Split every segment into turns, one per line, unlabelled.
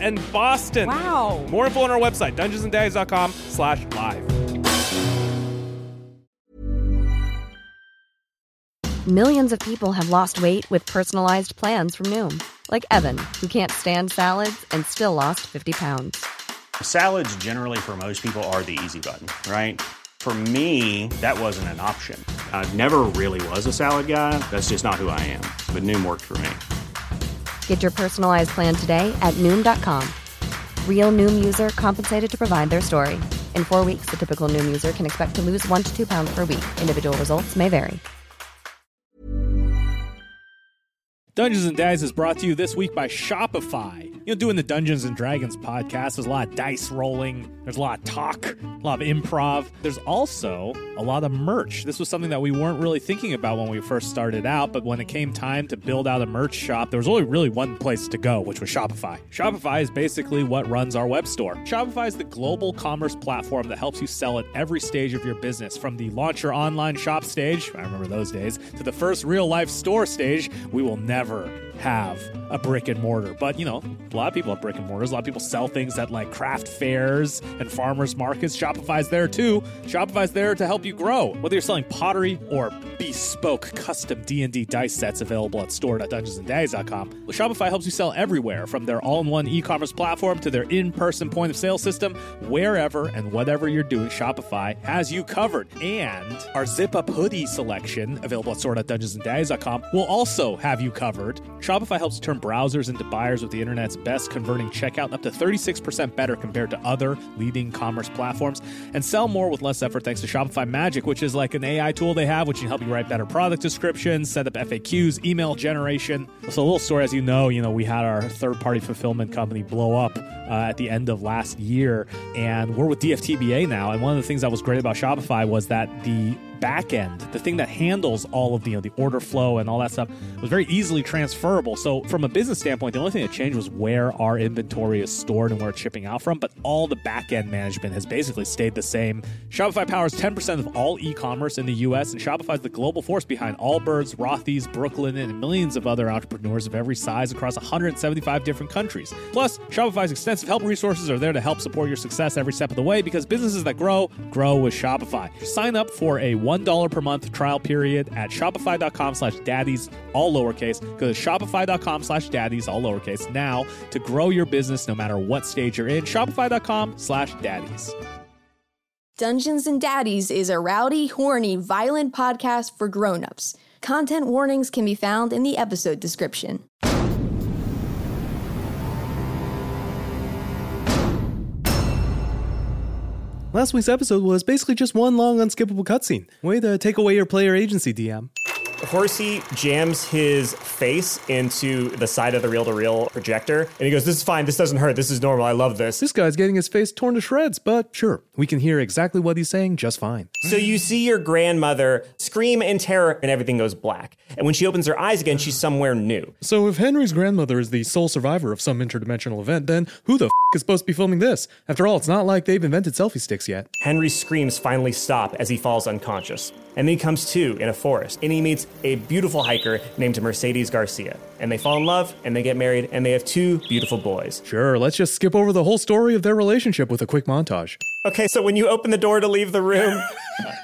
and Boston.
Wow.
More info on our website, dungeonsanddice.com slash live.
Millions of people have lost weight with personalized plans from Noom, like Evan, who can't stand salads and still lost 50 pounds.
Salads, generally, for most people, are the easy button, right? For me, that wasn't an option. I never really was a salad guy. That's just not who I am. But Noom worked for me.
Get your personalized plan today at Noom.com. Real Noom user compensated to provide their story. In four weeks, the typical Noom user can expect to lose one to two pounds per week. Individual results may vary.
Dungeons and Dice is brought to you this week by Shopify. You know, doing the Dungeons and Dragons podcast, there's a lot of dice rolling, there's a lot of talk, a lot of improv. There's also a lot of merch. This was something that we weren't really thinking about when we first started out, but when it came time to build out a merch shop, there was only really one place to go, which was Shopify. Shopify is basically what runs our web store. Shopify is the global commerce platform that helps you sell at every stage of your business, from the launch your online shop stage, I remember those days, to the first real life store stage. We will never have a brick and mortar. But, you know, a lot of people have brick and mortars. A lot of people sell things at like craft fairs and farmers markets. Shopify's there too. Shopify's there to help you grow. Whether you're selling pottery or bespoke custom D&D dice sets available at store.dungeonsanddice.com, Shopify helps you sell everywhere from their all-in-one e-commerce platform to their in-person point of sale system. Wherever and whatever you're doing, Shopify has you covered. And our zip up hoodie selection available at store.dungeonsanddice.com will also have you covered. Shopify helps turn browsers into buyers with the internet's best converting checkout up to 36% better compared to other leading commerce platforms and sell more with less effort thanks to Shopify Magic, which is like an AI tool they have which can help you write better product descriptions, set up FAQs, email generation. So a little story as you know, you know, we had our third-party fulfillment company blow up uh, at the end of last year and we're with DFTBA now and one of the things that was great about Shopify was that the back end, the thing that handles all of the, you know, the order flow and all that stuff, was very easily transferable. So, from a business standpoint, the only thing that changed was where our inventory is stored and where it's shipping out from. But all the back end management has basically stayed the same. Shopify powers 10% of all e commerce in the US, and Shopify is the global force behind Allbirds, Rothy's, Brooklyn, and millions of other entrepreneurs of every size across 175 different countries. Plus, Shopify's extensive help resources are there to help support your success every step of the way because businesses that grow, grow with Shopify. Sign up for a $1 per month trial period at shopify.com slash daddies, all lowercase. Go to shopify.com slash daddies, all lowercase, now to grow your business no matter what stage you're in. Shopify.com slash daddies.
Dungeons and Daddies is a rowdy, horny, violent podcast for grown-ups. Content warnings can be found in the episode description.
Last week's episode was basically just one long, unskippable cutscene. Way to take away your player agency, DM.
Horsey jams his face into the side of the reel to reel projector and he goes, This is fine. This doesn't hurt. This is normal. I love this.
This guy's getting his face torn to shreds, but sure, we can hear exactly what he's saying just fine.
So you see your grandmother scream in terror and everything goes black. And when she opens her eyes again, she's somewhere new.
So, if Henry's grandmother is the sole survivor of some interdimensional event, then who the f is supposed to be filming this? After all, it's not like they've invented selfie sticks yet.
Henry's screams finally stop as he falls unconscious. And then he comes to in a forest and he meets a beautiful hiker named Mercedes Garcia. And they fall in love and they get married and they have two beautiful boys.
Sure, let's just skip over the whole story of their relationship with a quick montage.
Okay, so when you open the door to leave the room,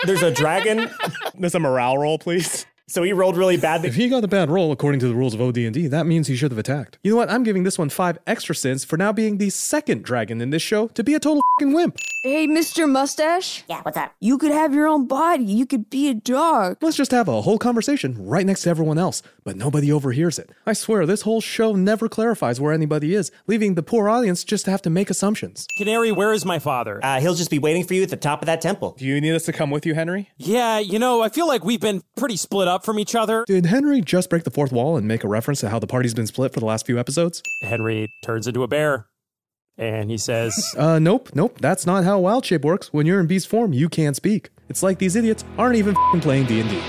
there's a dragon.
There's a morale roll, please.
So he rolled really badly.
If he got the bad roll according to the rules of OD&D, that means he should have attacked. You know what? I'm giving this one five extra sins for now being the second dragon in this show to be a total fing wimp.
Hey, Mr. Mustache,
Yeah, what's up?
you could have your own body. You could be a dog.
Let's just have a whole conversation right next to everyone else, but nobody overhears it. I swear, this whole show never clarifies where anybody is, leaving the poor audience just to have to make assumptions.
Canary, where is my father?
Uh, he'll just be waiting for you at the top of that temple.
Do you need us to come with you, Henry?
Yeah, you know, I feel like we've been pretty split up from each other.
Did Henry just break the fourth wall and make a reference to how the party's been split for the last few episodes?
Henry turns into a bear. And he says,
Uh, nope, nope, that's not how Wild Shape works. When you're in beast form, you can't speak. It's like these idiots aren't even fing playing D&D.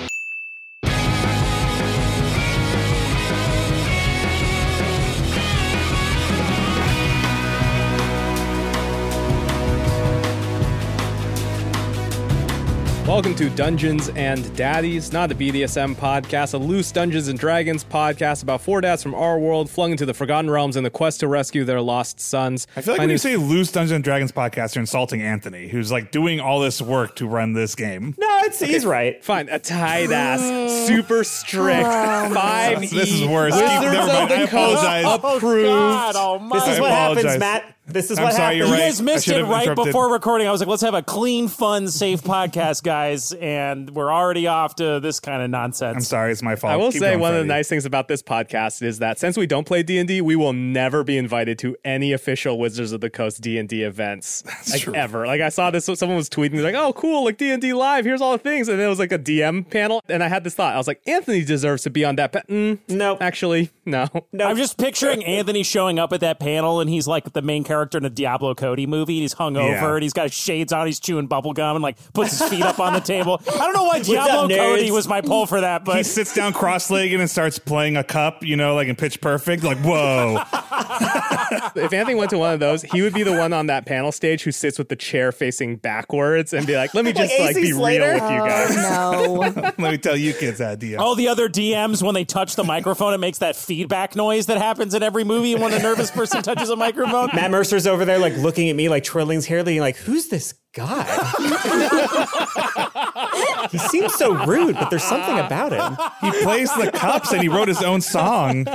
Welcome to Dungeons and Daddies, not a BDSM podcast, a loose Dungeons and Dragons podcast about four dads from our world flung into the Forgotten Realms in the quest to rescue their lost sons.
I feel like
My
when you
name's-
say loose Dungeons and Dragons podcast, you're insulting Anthony, who's like doing all this work to run this game.
No, it's, he's right.
Fine, a tight ass, super strict, five.
E
This is worse.
Wizards
Keep- never
of
mind. I
the Coast
apologize.
approved.
God almighty.
This is
I
what
apologize.
happens, Matt. This is
I'm
what happens.
sorry, you're
you
right.
guys missed
I should
it
have
right
interrupted.
before recording. I was like, let's have a clean, fun, safe podcast, guys. And we're already off to this kind of nonsense.
I'm sorry, it's my fault.
I will
Keep
say
going,
one of the
Freddy.
nice things about this podcast is that since we don't play D and D, we will never be invited to any official Wizards of the Coast D and D events like
true.
ever. Like I saw this, someone was tweeting like, "Oh, cool! Like D and D live. Here's all the things." And it was like a DM panel, and I had this thought. I was like, Anthony deserves to be on that. Pa- mm,
No.
actually, no.
No.
I'm just picturing Anthony showing up at that panel, and he's like the main character in a Diablo Cody movie. And he's hung over,
Yeah.
and he's got shades on, he's chewing bubble gum, and like puts his feet up on the table. I don't know why Diablo
up, nerds?
Cody was my pull for that,
He
but
sits down cross-legged and starts playing a cup, you know, like in Pitch Perfect. Like, whoa,
If Anthony went to one of those, he would be the one on that panel stage who sits with the chair facing backwards and be like, "Let me
Like
just like,
AC
be
Slater?
real with you guys."
Oh, no.
let me tell you kids that idea.
all the other DMs when they touch the microphone, it makes that feedback noise that happens in every movie when a nervous person touches a microphone.
Matt Mercer's over there, like looking at me, like twirling his hair, being like, "Who's this guy?" he seems so rude, but there's something about him.
He plays the cups and he wrote his own song.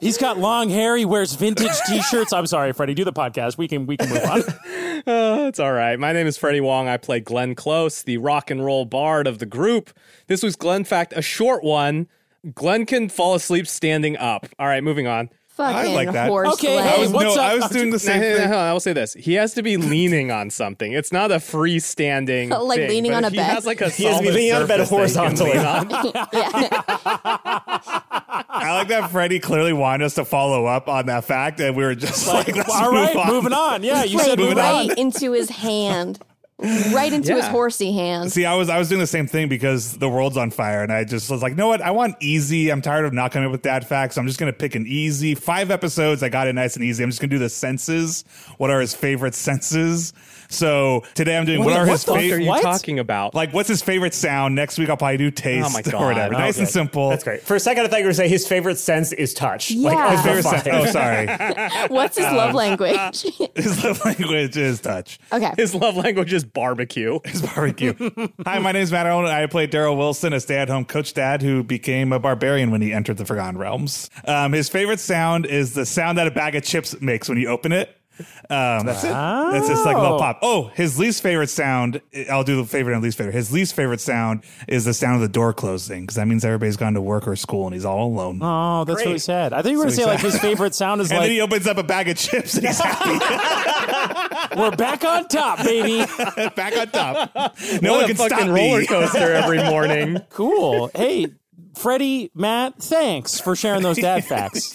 He's got long hair. He wears vintage T-shirts. I'm sorry, Freddie. Do the podcast. We can we can move on.
Oh, It's all right. My name is Freddie Wong. I play Glenn Close, the rock and roll bard of the group. This was Glenn Fact, a short one. Glenn can fall asleep standing up. All right, moving on.
I
Fucking
like that.
horse
Okay,
leg.
I was,
what's
no,
up?
I was doing the
Nah,
same
nah, nah,
thing.
nah, I will say this: he has to be leaning on something. It's not a freestanding,
Like
thing,
leaning
but
on a
if
bed?
He has like a
He has to be
solid
leaning on a bed
surface
Oh,
that he can
horizontally.
lean on.
I like that Freddie clearly wanted us to follow up on that fact, and we were just like, let's
all
move
right,
on.
moving on. Yeah, you
Wait,
said
moving
moving on.
on.
right into his hand. Right into his
Yeah.
horsey hand.
See, I was I was doing the same thing because the world's on fire, and I just was like, you know what? I want easy. I'm tired of not coming up with dad facts. I'm just gonna pick an easy five episodes. I got it nice and easy. I'm just gonna do the senses. What are his favorite senses? So today I'm doing what,
Wait,
are
what
his
the fuck
What are
favorite.
you
What?
talking about?
Like, what's his favorite sound? Next week I'll probably do taste
Oh my
or
God.
whatever. nice and simple.
That's great. For a second, I thought you were saying his favorite sense is touch.
Yeah.
Like,
Favorite
that's
sense. Oh, sorry.
What's his love language?
his love language is touch.
okay.
His love language is barbecue.
It's barbecue. Hi, my name is Matt Owen. and I play Daryl Wilson, a stay-at-home coach dad who became a barbarian when he entered the Forgotten Realms. Um, his favorite sound is the sound that a bag of chips makes when you open it. Um, that's it. That's just like little pop. Oh, his least favorite sound. I'll do the favorite and least favorite. His least favorite sound is the sound of the door closing because that means everybody's gone to work or school and he's all alone.
Oh, that's really sad. I thought you were going to say like his favorite sound is
and then he
like
opens up a bag of chips and he's happy.
"We're back on top, baby."
Back on top. No
what
one
a
can
fucking
stop me.
roller coaster every morning.
Cool. Hey, Freddie, Matt, thanks for sharing those dad facts.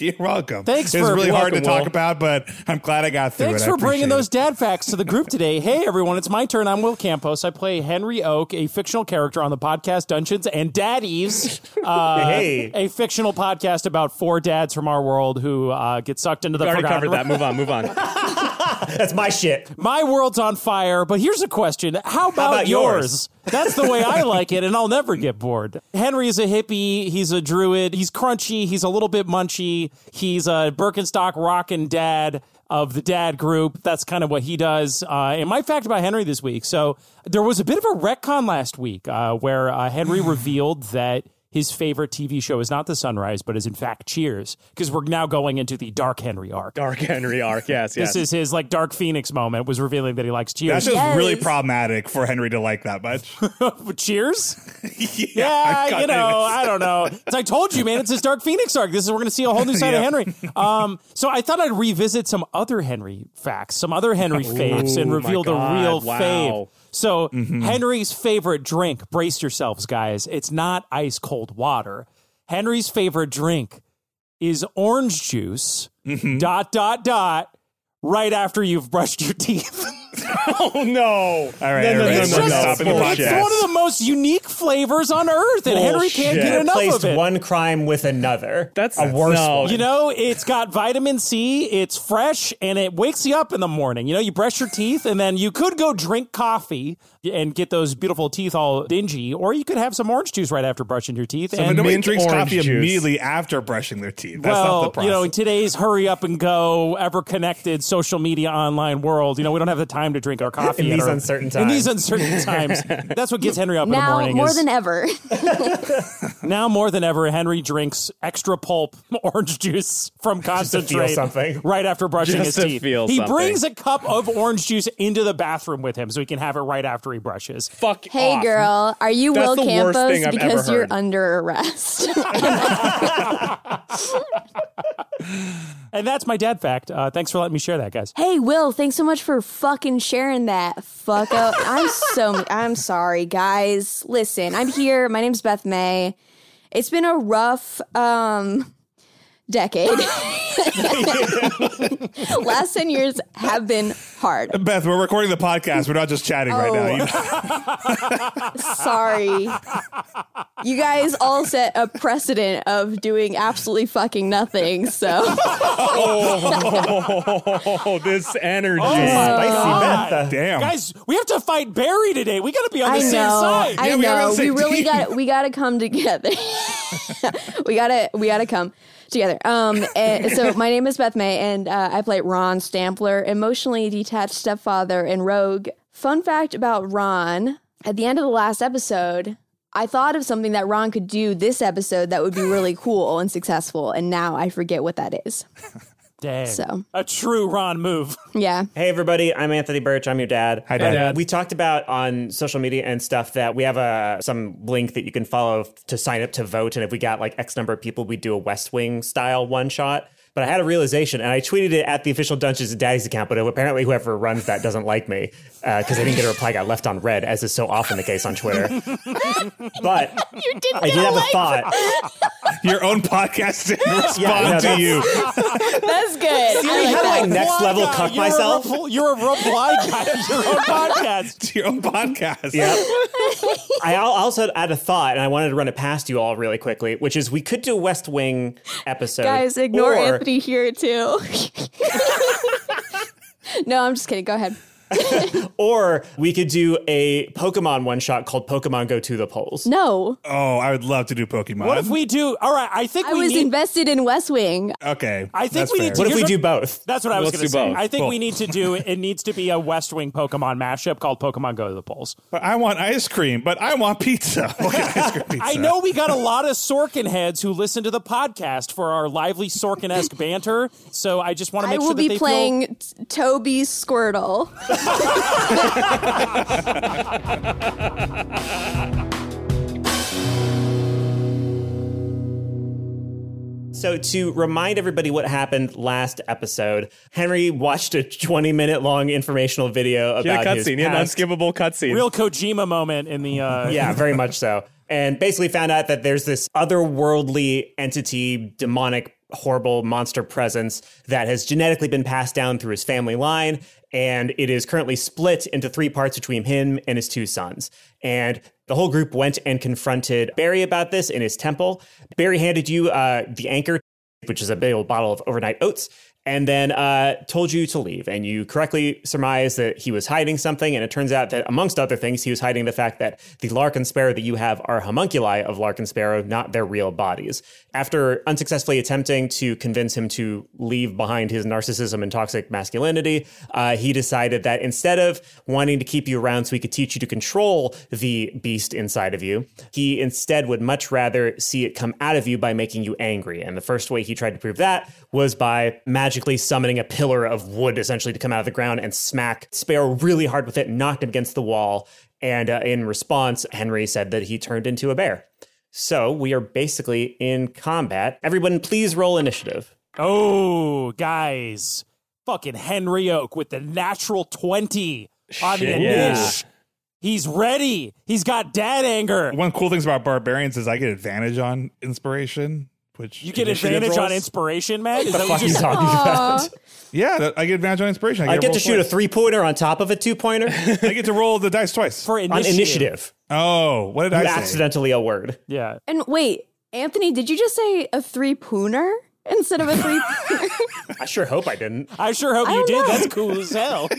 You're welcome.
Thanks
It's
for
really hard to
welcome,
talk
Will.
about, but I'm glad I got through
Thanks
it. I
for bringing
appreciate
those
it.
dad facts to the group today. Hey, everyone, it's my turn. I'm Will Campos. I play Henry Oak, a fictional character on the podcast Dungeons and Daddies, uh,
Hey.
a fictional podcast about four dads from our world who uh, get sucked into the
We already
forgotten
covered that. Move on. Move on.
That's my shit.
My world's on fire, but here's a question. How about,
about yours?
yours? That's the way I like it, and I'll never get bored. Henry is a hippie. He's a druid. He's crunchy. He's a little bit munchy. He's a Birkenstock rockin' dad of the dad group. That's kind of what he does. Uh, and my fact about Henry this week. So there was a bit of a retcon last week uh, where uh, Henry revealed that his favorite TV show is not The Sunrise, but is in fact Cheers, because we're now going into the Dark Henry arc.
Dark Henry arc. Yes. Yes.
This is his like Dark Phoenix moment. Was revealing that he likes
That's
Cheers.
just
Yes.
really problematic for Henry to like that much.
cheers?
I
Yeah,
got
you know,
it.
I don't know. It's- I told you, man. It's his Dark Phoenix arc. This is we're going to see a whole new side
Yeah.
of Henry. Um, so I thought I'd revisit some other Henry facts, some other Henry faves, and
my
reveal the
God,
real
wow. Mm-hmm.
fave. So
Hmm.
Henry's favorite drink. Brace yourselves, guys. It's not ice cold water. Henry's
Mm-hmm.
favorite drink is orange juice. Dot dot dot. right after you've brushed your teeth.
Oh no!
All right,
No, no, no,
everybody,
no,
we're
no.
stopping the
it's
podcast.
one of the most unique flavors on earth, and Henry can't
Bullshit.
get enough
Placed
of it.
one crime with another.
That's
a worse
no.
one.
You know, it's got vitamin C, it's fresh, and it wakes you up in the morning. You know, you brush your teeth, and then you could go drink coffee and get those beautiful teeth all dingy, or you could have some orange juice right after brushing your teeth.
But
and
nobody
mint
drinks
orange
coffee
juice.
immediately after brushing their teeth. That's
well,
not the process.
you know, in today's hurry up and go, ever connected social media online world, you know, we don't have the time to drink our coffee
In
at
these
our-
uncertain
In these
times.
uncertain times, that's what gets Henry up in the
Now,
morning.
more
is-
than ever,
Now more than ever, Henry drinks extra pulp orange juice from concentrate
something.
right after brushing his
Just to
teeth.
feel
he
something.
brings a cup of orange juice into the bathroom with him so he can have it right after he brushes.
Fuck
hey
off.
girl, are you
That's
Will
the worst thing
Campos
I've ever
because you're
heard.
under arrest?
And that's my dad fact. Uh, thanks for letting me share that, guys.
hey, Will, thanks so much for fucking sharing that. Fuck up. I'm so I'm sorry, guys. Listen, I'm here. My name's Beth May. It's been a rough um decade. Last 10 years have been hard.
Beth, we're recording the podcast. We're not just chatting right now. You-
Sorry. You guys all set a precedent of doing absolutely fucking nothing. So
Oh, this energy.
Spicy Bentha.
Damn.
Guys, we have to fight Barry today. We got to be on the
I
same
know.
side.
I
Yeah, we gotta
know.
say
We really
team.
got we got to come together. we got to we got to come together. Um and so my name is Beth May and uh, I play Ron Stampler, emotionally detached stepfather and rogue. Fun fact about Ron, at the end of the last episode, I thought of something that Ron could do this episode that would be really cool and successful, and now I forget what that is.
Dang.
So.
A true Ron move.
Yeah.
Hey, everybody. I'm Anthony Birch. I'm your dad. Hi,
Dad.
We talked about on social media and stuff that we have a some link that you can follow to sign up to vote. And if we got like X number of people, we do a West Wing style one shot. But I had a realization, and I tweeted it at the official Dungeons and Daddies account. But apparently, whoever runs that doesn't like me because I didn't get a reply. Got left on red, as is so often the case on Twitter. but I did have a thought.
Your own podcast didn't respond
no,
to
that's-
you.
That's good. I like
how do
that.
I next
Why
level
not?
cuck
You're a
myself?
repl- you're a reply guy. to Your own podcast.
It's your own podcast.
I al- also had a thought, and I wanted to run it past you all really quickly, which is we could do a West Wing episode.
Guys, ignore
or-
Anthony here too. no, I'm just kidding. Go ahead.
Or we could do a Pokemon one shot called Pokemon Go to the Polls.
No,
Oh, I would love to do Pokemon.
What if we do? All right, I think
I
we
was
need.
invested in West Wing.
Okay.
I think
that's
we need
fair.
What if we
Here's
do
what-
both?
That's what I was
Let's
going to
do
say.
both.
I think
Cool.
we need to do it needs to be a West Wing Pokemon mashup called Pokemon Go to the Polls.
But I want ice cream, but I want pizza. Okay, ice cream pizza.
I know we got a lot of Sorkin heads who listen to the podcast for our lively Sorkin esque banter. So I just want to
I
make
will
sure that
be
they
playing t- Toby Squirtle.
So, to remind everybody what happened last episode, Henry watched a 20 minute long informational video
Yeah,
about his
cutscene. Yeah,
past-
unskippable cutscene.
feel real Kojima moment in the uh,
yeah, very much so. And basically found out that there's this otherworldly entity, demonic, horrible monster presence that has genetically been passed down through his family line. And it is currently split into three parts between him and his two sons. And the whole group went and confronted Barry about this in his temple. Barry handed you uh, the anchor, which is a big old bottle of overnight oats, and then uh, told you to leave. And you correctly surmised that he was hiding something. And it turns out that, amongst other things, he was hiding the fact that the Larkin Sparrow that you have are homunculi of Larkin Sparrow, not their real bodies. After unsuccessfully attempting to convince him to leave behind his narcissism and toxic masculinity, uh, he decided that instead of wanting to keep you around so he could teach you to control the beast inside of you, he instead would much rather see it come out of you by making you angry. And the first way he tried to prove that was by magically summoning a pillar of wood essentially to come out of the ground and smack Sparrow really hard with it, knocked him against the wall. And uh, in response, Henry said that he turned into a bear. So we are basically in combat. Everyone, please roll initiative.
Oh, guys. Fucking Henry Oak with the natural 20 on the
Shit,
initiative. He's ready. He's got dad anger.
One of the cool things about barbarians is I get advantage on inspiration, which
You get
initiative
advantage on
rolls.
inspiration, man. Is that
Fuck
what
you
you
talking about?
Yeah, that- I get advantage on inspiration.
I get
roll
to shoot a
twice.
three pointer on top of a two pointer
I get to roll the dice twice.
for
on
initiative.
initiative.
oh, what did I
You
say?
accidentally a word.
Yeah.
And wait, Anthony, did you just say a three pooner instead of a three?
I sure hope I didn't.
I sure hope you
don't
did.
know.
That's cool as hell.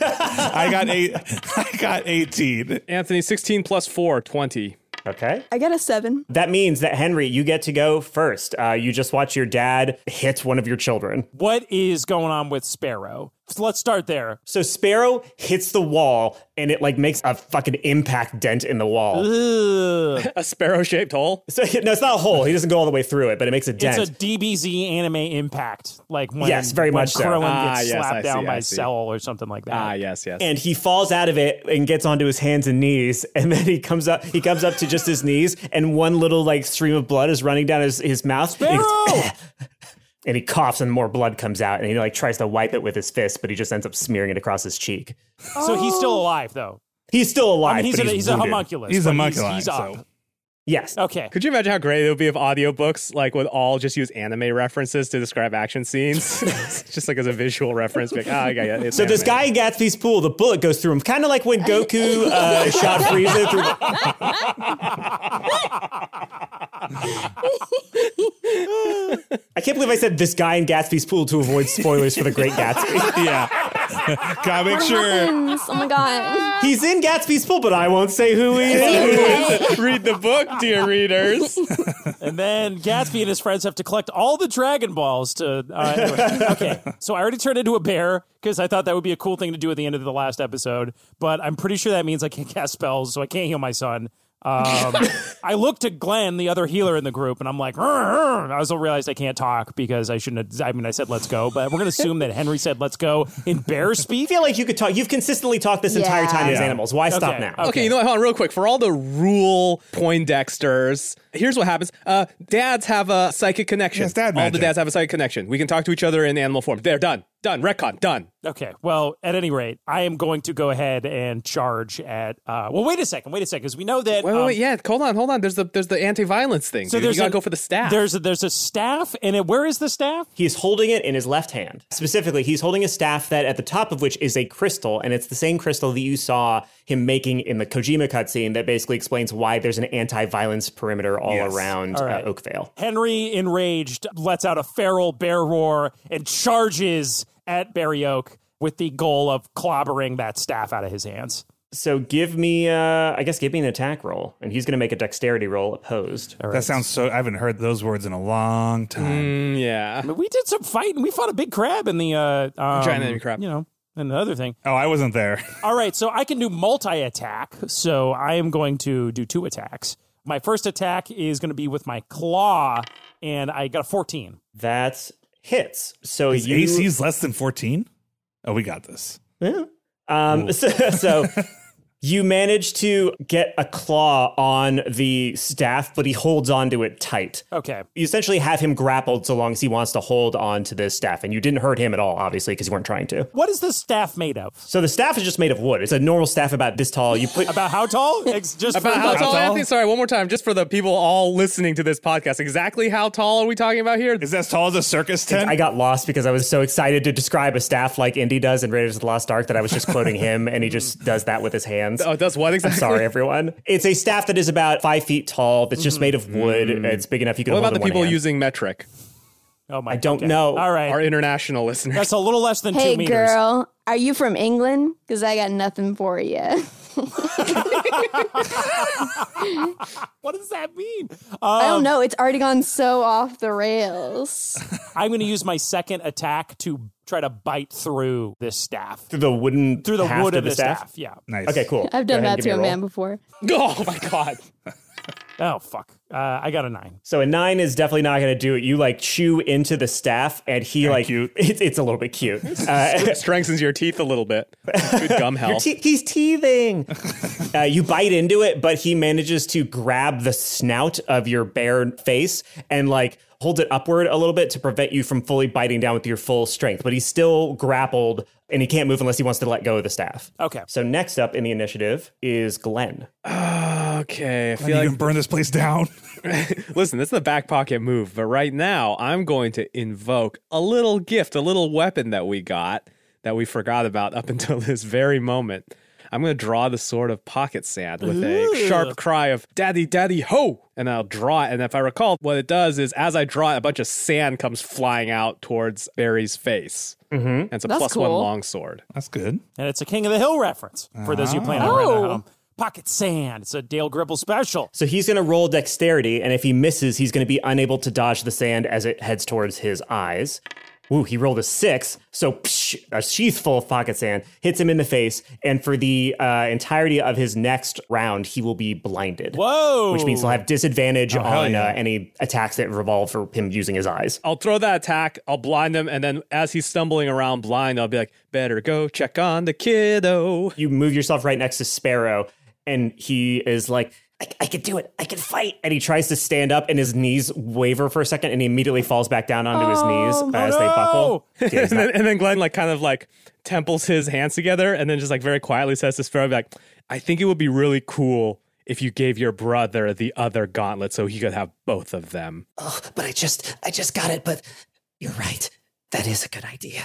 I got eight. I got eighteen.
Anthony, 16 plus 4, 20.
Okay.
I got a seven.
That means that Henry, you get to go first. Uh, you just watch your dad hit one of your children.
What is going on with Sparrow? So let's start there.
So Sparrow hits the wall and it like makes a fucking impact dent in the wall.
Ugh.
A sparrow shaped hole.
So no, it's not a hole. He doesn't go all the way through it, but it makes a
It's
dent.
a DBZ anime impact, like when
Yes, very
when
much so.
Krillin
Ah,
gets
yes,
slapped
I see,
down
I
by
see.
Cell or something like that.
Ah, yes, yes.
and he falls out of it and gets onto his hands and knees and then he comes up he comes up to just his knees and one little like stream of blood is running down his, his mouth And he goes,
Sparrow!
and he coughs and more blood comes out and he like tries to wipe it with his fist but he just ends up smearing it across his cheek
So he's still alive though.
he's still alive
I mean, he's,
but
a,
he's,
he's a
wounded.
homunculus.
Oh. He's
but
a homunculus,
He's,
so-
up.
yes
Okay.
Could you imagine how great it would be if audiobooks like would all just use anime references to describe action scenes? just like as a visual reference. be Like, ah, yeah, yeah, it's
so this
anime.
guy in Gatsby's pool, the bullet goes through him, kind of like when Goku uh, shot Frieza through. The- I can't believe I said this guy in Gatsby's pool to avoid spoilers for the Great Gatsby.
Yeah, gotta make sure.
Happens. Oh my god.
He's in Gatsby's pool, but I won't say who he is.
Read the book, dear readers.
And then Gatsby and his friends have to collect all the Dragon Balls to. Uh, anyway. Okay, so I already turned into a bear because I thought that would be a cool thing to do at the end of the last episode, but I'm pretty sure that means I can't cast spells, so I can't heal my son. Um, I looked to Glenn, the other healer in the group, and I'm like, "Rrr, rrr." I also realized I can't talk because I shouldn't. Have, I mean, I said let's go, but we're gonna assume that Henry said let's go in bear
I
speak.
feel like you could talk. You've consistently talked this entire time as
Yeah.
animals. Why stop
Okay.
now?
Okay.
Okay, you know what? Hold on, real quick. For all the rule Poindexters, here's what happens. Uh, dads have a psychic connection.
Yes, dad
all the
magic.
dads have a psychic connection. We can talk to each other in animal form. They're done. Done. Retcon. Done.
Okay. Well, at any rate, I am going to go ahead and charge at. Uh, well, wait a second. Wait a second, because we know that.
Wait, wait,
um,
wait. Yeah, hold on, hold on. There's the there's the anti-violence thing. So dude. you gotta
a-
go for the staff.
There's a, there's a staff, and it, where is the staff?
He's holding it in his left hand. Specifically, he's holding a staff that at the top of which is a crystal, and it's the same crystal that you saw him making in the Kojima cutscene that basically explains why there's an anti violence perimeter all
Yes.
around
All right.
uh, Oakvale.
Henry, enraged, lets out a feral bear roar and charges at Barry Oak with the goal of clobbering that staff out of his hands.
So give me, uh, I guess, give me an attack roll, and he's going to make a dexterity roll opposed.
That sounds so. I haven't heard those words in a long time.
Mm, yeah.
But we did some fighting. We fought a big crab in the uh, um,
Giant enemy crab.
You know, and the other thing.
Oh, I wasn't there.
All right, so I can do multi attack. So I am going to do two attacks. My first attack is going to be with my claw, and I got a fourteen.
That's hits. So
His
you,
AC's less than fourteen. Oh, we got this.
Um, so, so you manage to get a claw on the staff, but he holds onto it tight.
Okay.
You essentially have him grappled so long as he wants to hold on to this staff, and you didn't hurt him at all, obviously, because you weren't trying to.
What is this staff made of?
So the staff is just made of wood. It's a normal staff about this tall. You put
About how tall? It's just
About
for-
how tall, Anthony? Sorry, one more time, just for the people all listening to this podcast. Exactly how tall are we talking about here?
Is that as tall as a circus tent?
I got lost because I was so excited to describe a staff like Indy does in Raiders of the Lost Ark that I was just quoting him, and he just does that with his hands.
Oh, that's what exactly?
I'm sorry, everyone. It's a staff that is about five feet tall. That's just made of wood. It's big enough you can.
Mm-hmm.
hold
What
in
about the
one
people
hand.
using metric?
Oh my!
I don't know.
All
Our
right,
international listeners.
that's a little less than
Hey
two meters.
girl, are you from England? Because I got nothing for you.
What does that mean? Um,
I don't know. It's already gone so off the rails.
I'm going to use my second attack to try to bite through this staff
through the wooden
through the
haft
wood of the staff.
staff.
Yeah.
nice.
Okay, cool.
I've
Go ahead
done that
and
to
give
a
me roll.
man before.
oh my god.
Oh fuck! Uh, I got a nine.
So a nine is definitely not going to do it. You like chew into the staff, and he like
cute.
It's, it's a little bit cute. Uh,
Strengthens your teeth a little bit. Good gum health.
te- he's teething. uh, you bite into it, but he manages to grab the snout of your bare face and like hold it upward a little bit to prevent you from fully biting down with your full strength. But he's still grappled, and he can't move unless he wants to let go of the staff.
Okay.
So next up in the initiative is Glenn.
Oh Okay, I
You
feel
can
like
burn this place down.
Listen, this is the back pocket move, but right now I'm going to invoke a little gift, a little weapon that we got that we forgot about up until this very moment. I'm going to draw the sword of pocket sand with a sharp cry of "Daddy, Daddy, ho!" and I'll draw it. And if I recall, what it does is, as I draw it, a bunch of sand comes flying out towards Barry's face. Mm-hmm. And it's a
That's
plus one
cool.
long sword.
That's good. Oh.
And it's a King of the Hill reference for those of you playing over
Oh.
at home. Pocket Sand. It's a Dale Gribble special.
So he's going to roll dexterity, and if he misses, he's going to be unable to dodge the sand as it heads towards his eyes. Ooh, he rolled a six, so psh, a sheath full of pocket sand hits him in the face, and for the uh, entirety of his next round, he will be blinded.
Whoa.
Which means he'll have disadvantage
Oh, hell
on
yeah.
uh, any attacks that revolve for him using his eyes.
I'll throw that attack. I'll blind him, and then as he's stumbling around blind, I'll be like, "Better go check on the kiddo."
You move yourself right next to Sparrow, and he is like, I, I can do it. I can fight. And he tries to stand up, and his knees waver for a second, and he immediately falls back down onto his
Oh,
knees as they buckle. Yeah, he's
and,
not-
then, and then Glenn like kind of like temples his hands together and then just like very quietly says to Sparrow, like, I think it would be really cool if you gave your brother the other gauntlet so he could have both of them.
but I just I just got it, but you're right. That is a good idea.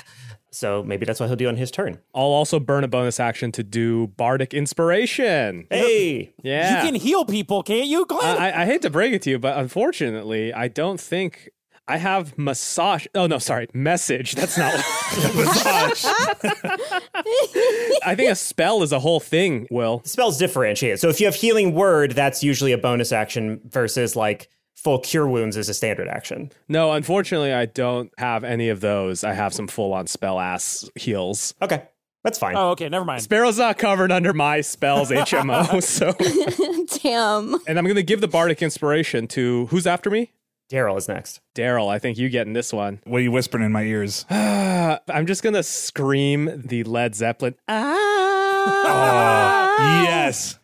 So maybe that's what he'll do on his turn.
I'll also burn a bonus action to do Bardic Inspiration.
Hey.
You
Yeah.
can heal people, can't you, Glenn?
I, I- I hate to break it to you, but unfortunately, I don't think I have massage. Oh no, sorry, message. That's not massage. I think a spell is a whole thing. Will
Spells differentiate. So if you have healing word, that's usually a bonus action versus like full cure wounds is a standard action.
no, unfortunately, I don't have any of those. I have some full on spell ass heals.
Okay. That's fine.
oh, okay. Never mind.
Sparrow's not covered under my spells HMO, so
Damn.
and I'm gonna give the bardic inspiration to who's after me.
Daryl is next.
Daryl, I think you get in this one.
What are you whispering in my ears?
I'm just gonna scream the Led Zeppelin. Ah!
Oh, yes.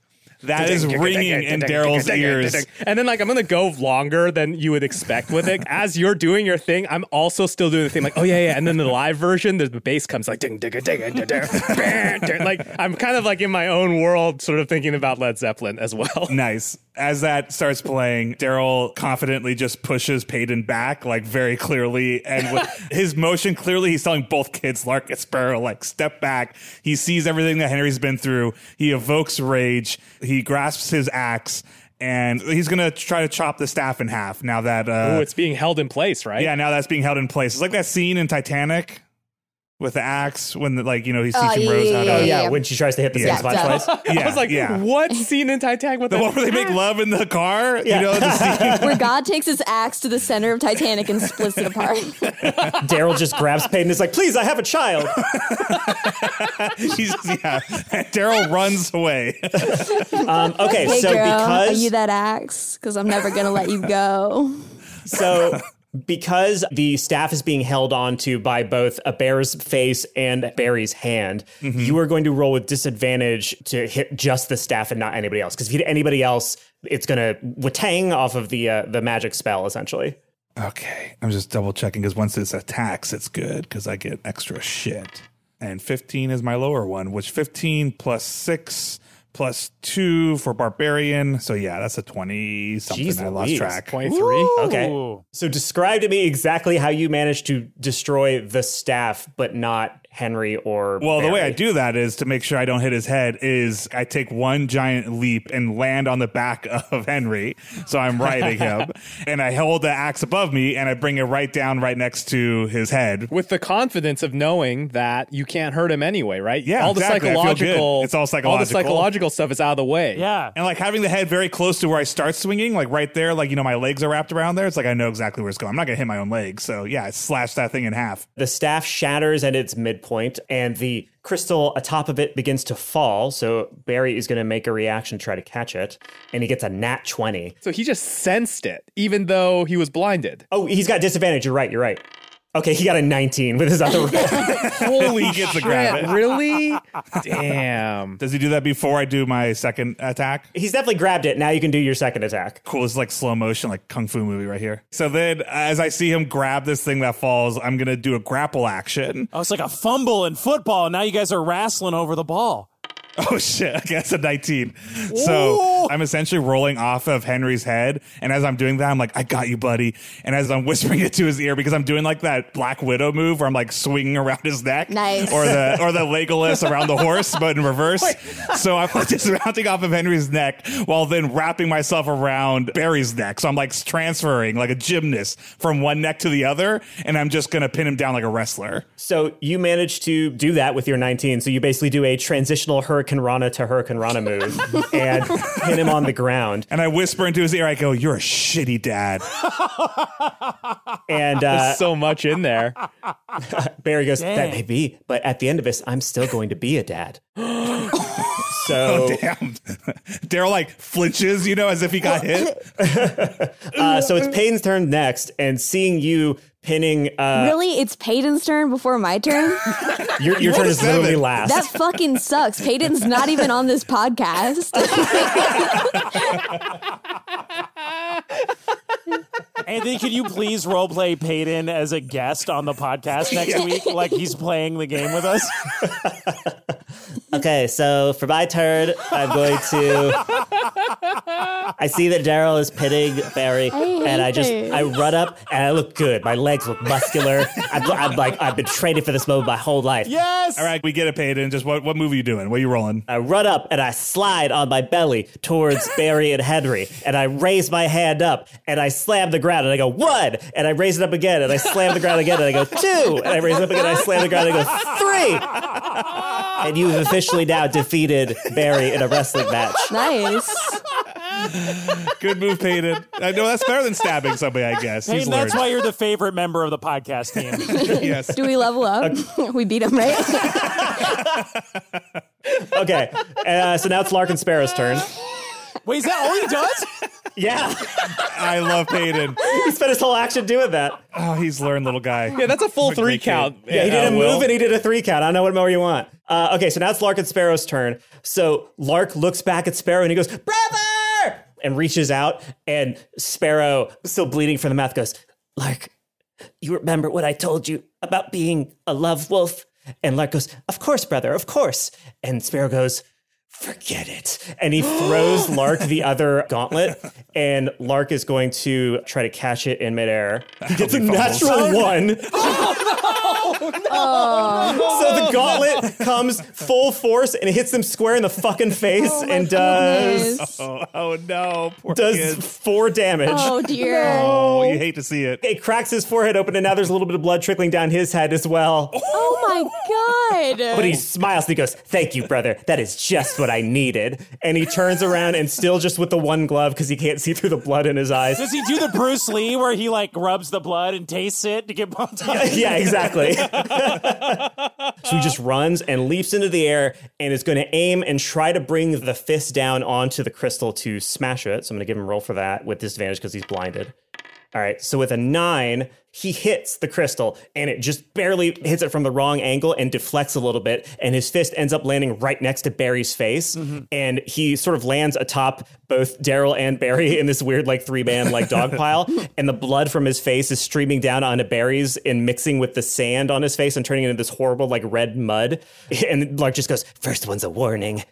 That is ringing in Daryl's ears.
And then like I'm gonna go longer than you would expect with it. As you're doing your thing, I'm also still doing the thing like, oh yeah, yeah. And then the live version, the bass comes like ding ding ding ding ding. bang, ding. Like I'm kind of like in my own world, sort of thinking about Led Zeppelin as well.
Nice. As that starts playing, Daryl confidently just pushes Peyton back, like very clearly. And with his motion, clearly, he's telling both kids, Lark and Sparrow, like, step back. He sees everything that Henry's been through. He evokes rage. He grasps his axe, and he's going to try to chop the staff in half now that. Uh,
Ooh, it's being held in place, right?
yeah, now that's being held in place. It's like that scene in Titanic with the axe when, the, like, you know, he's
Oh,
teaching
yeah,
Rose how
yeah,
to.
Oh yeah,
yeah.
when she tries to hit the
Yeah,
same spot
duh.
twice.
I was like,
yeah.
what scene in Titanic with
The
that?
one where they make love in the car, you know, the scene.
Where God takes his axe to the center of Titanic and splits it apart.
Daryl just grabs Peyton and is like, please, I have a child.
She's, yeah. Daryl runs away.
Um, okay,
Hey,
so
girl,
because
are you that axe? Because I'm never gonna let you go.
So because the staff is being held onto by both a bear's face and Barry's hand,
Mm-hmm.
you are going to roll with disadvantage to hit just the staff and not anybody else. Because if you hit anybody else, it's going to watang off of the uh, the magic spell essentially.
Okay. I'm just double checking because once this attacks, it's good because I get extra shit. And 15 is my lower one, which 15 plus 6 plus 2 for barbarian. So yeah, that's a 20 something.
Jeez
I lost
Louise,
track.
23.
Okay. So describe to me exactly how you managed to destroy the staff, but not Henry or
Well, the way I
Barry.
do that is to make sure I don't hit his head is I take one giant leap and land on the back of Henry. So I'm riding him and I hold the axe above me and I bring it right down right next to his head.
With the confidence of knowing that you can't hurt him anyway, right?
Yeah,
all the
exactly. I feel good.
psychological,
It's all
the
psychological.
psychological stuff is out of the way.
yeah.
And like having the head very close to where I start swinging, like right there, like you know my legs are wrapped around there. It's like I know exactly where it's going. I'm not gonna hit my own leg, so yeah, I slash that thing in half.
The staff shatters at its midpoint, and the crystal atop of it begins to fall. So Barry is going to make a reaction to try to catch it, and he gets a nat 20.
So he just sensed it, even though he was blinded.
Oh, he's got disadvantage. You're right. You're right. Okay, he got a 19 with his other roll.
Holy
He gets to grab
shit,
it.
Really? Damn.
Does he do that before I do my second attack?
he's definitely grabbed it. Now you can do your second attack.
Cool, it's like slow motion, like kung fu movie right here. So then, as I see him grab this thing that falls, I'm gonna do a grapple action.
Oh, it's like a fumble in football. And now you guys are wrestling over the ball.
Oh shit! Okay, that's a nineteen. So I'm essentially rolling off of Henry's head, and as I'm doing that, I'm like, "I got you, buddy!" And as I'm whispering it to his ear, because I'm doing like that Black Widow move where I'm like swinging around his neck,
Nice.
or the or the Legolas around the horse, but in reverse. So I'm like dismounting off of Henry's neck while then wrapping myself around Barry's neck. So I'm like transferring like a gymnast from one neck to the other, and I'm just gonna pin him down like a wrestler.
So you managed to do that with your 19. So you basically do a transitional Hurricane Rana to Hurricane Rana move and pin him on the ground.
And I whisper into his ear, I go, "You're a shitty dad."
And uh,
so much in there.
Barry goes, That may be, but at the end of this, I'm still going to be a dad. so
Oh, Damn. Daryl like flinches, you know, as if he got hit.
uh, so it's Peyton's turn next. And seeing you pinning uh,
really? It's Peyton's turn before my turn?
your, your turn is literally last.
That fucking sucks. Peyton's not even on this podcast.
Anthony, can you please role play Peyton as a guest on the podcast next week? Like he's playing the game with us.
Okay, so for my turn, I'm going to. I see that Daryl is pitting Barry,
hate
and I just
this.
I run up and I look good. My legs look muscular. I'm, I'm like I've been training for this moment my whole life.
Yes.
All right, we get it, Peyton. Just what what movie you doing? What you rolling?
I run up and I slide on my belly towards Barry and Henry, and I raise my hand up and I slam the ground and I go one, and I raise it up again and I slam the ground again and I go two, and I raise it up again and I slam the ground and I go three, and you've officially now defeated Barry in a wrestling match.
nice.
Good move, Peyton. I know that's better than stabbing somebody, I guess. He's
Peyton, that's why
learned.
you're the favorite member of the podcast team.
yes.
Do we level up? we beat him, right?
Okay, uh, so now it's Larkin Sparrow's turn.
Wait, is that all he does?
Yeah,
I love Peyton.
he spent his whole action doing that.
Oh, he's learned, little guy.
Yeah, that's a full three
great kid.
count.
Yeah, he did
uh,
a move
Will.
and he did a three count. I don't know what more you want. Uh, okay, so now it's Lark and Sparrow's turn. So Lark looks back at Sparrow and he goes, "Brother!" and reaches out, and Sparrow, still bleeding from the mouth, goes, "Lark, you remember what I told you about being a love wolf?" And Lark goes, "Of course, brother, of course." And Sparrow goes. Forget it. And he throws Lark the other gauntlet, and Lark is going to try to catch it in midair. He gets a
fumbles.
natural one. So the gauntlet comes full force and it hits them square in the fucking face and uh, does
Oh Goodness.
Oh, oh no, poor
does
kid.
four damage.
Oh dear.
Oh, you hate to see it.
It cracks his forehead open and now there's a little bit of blood trickling down his head as well.
Oh my god.
But he smiles and he goes, Thank you, brother. That is just what I needed. And he turns around and still just with the one glove because he can't see through the blood in his eyes.
Does he do the Bruce Lee where he like rubs the blood and tastes it to get pumped up?
yeah, exactly. so he just runs and leaps into the air and is going to aim and try to bring the fist down onto the crystal to smash it. So I'm going to give him a roll for that with disadvantage because he's blinded. All right, so with a nine, he hits the crystal and it just barely hits it from the wrong angle and deflects a little bit. And his fist ends up landing right next to Barry's face.
Mm-hmm.
And he sort of lands atop both Daryl and Barry in this weird, like, three man, like, dog pile. And the blood from his face is streaming down onto Barry's and mixing with the sand on his face and turning into this horrible, like, red mud. And Lark just goes, First one's a warning.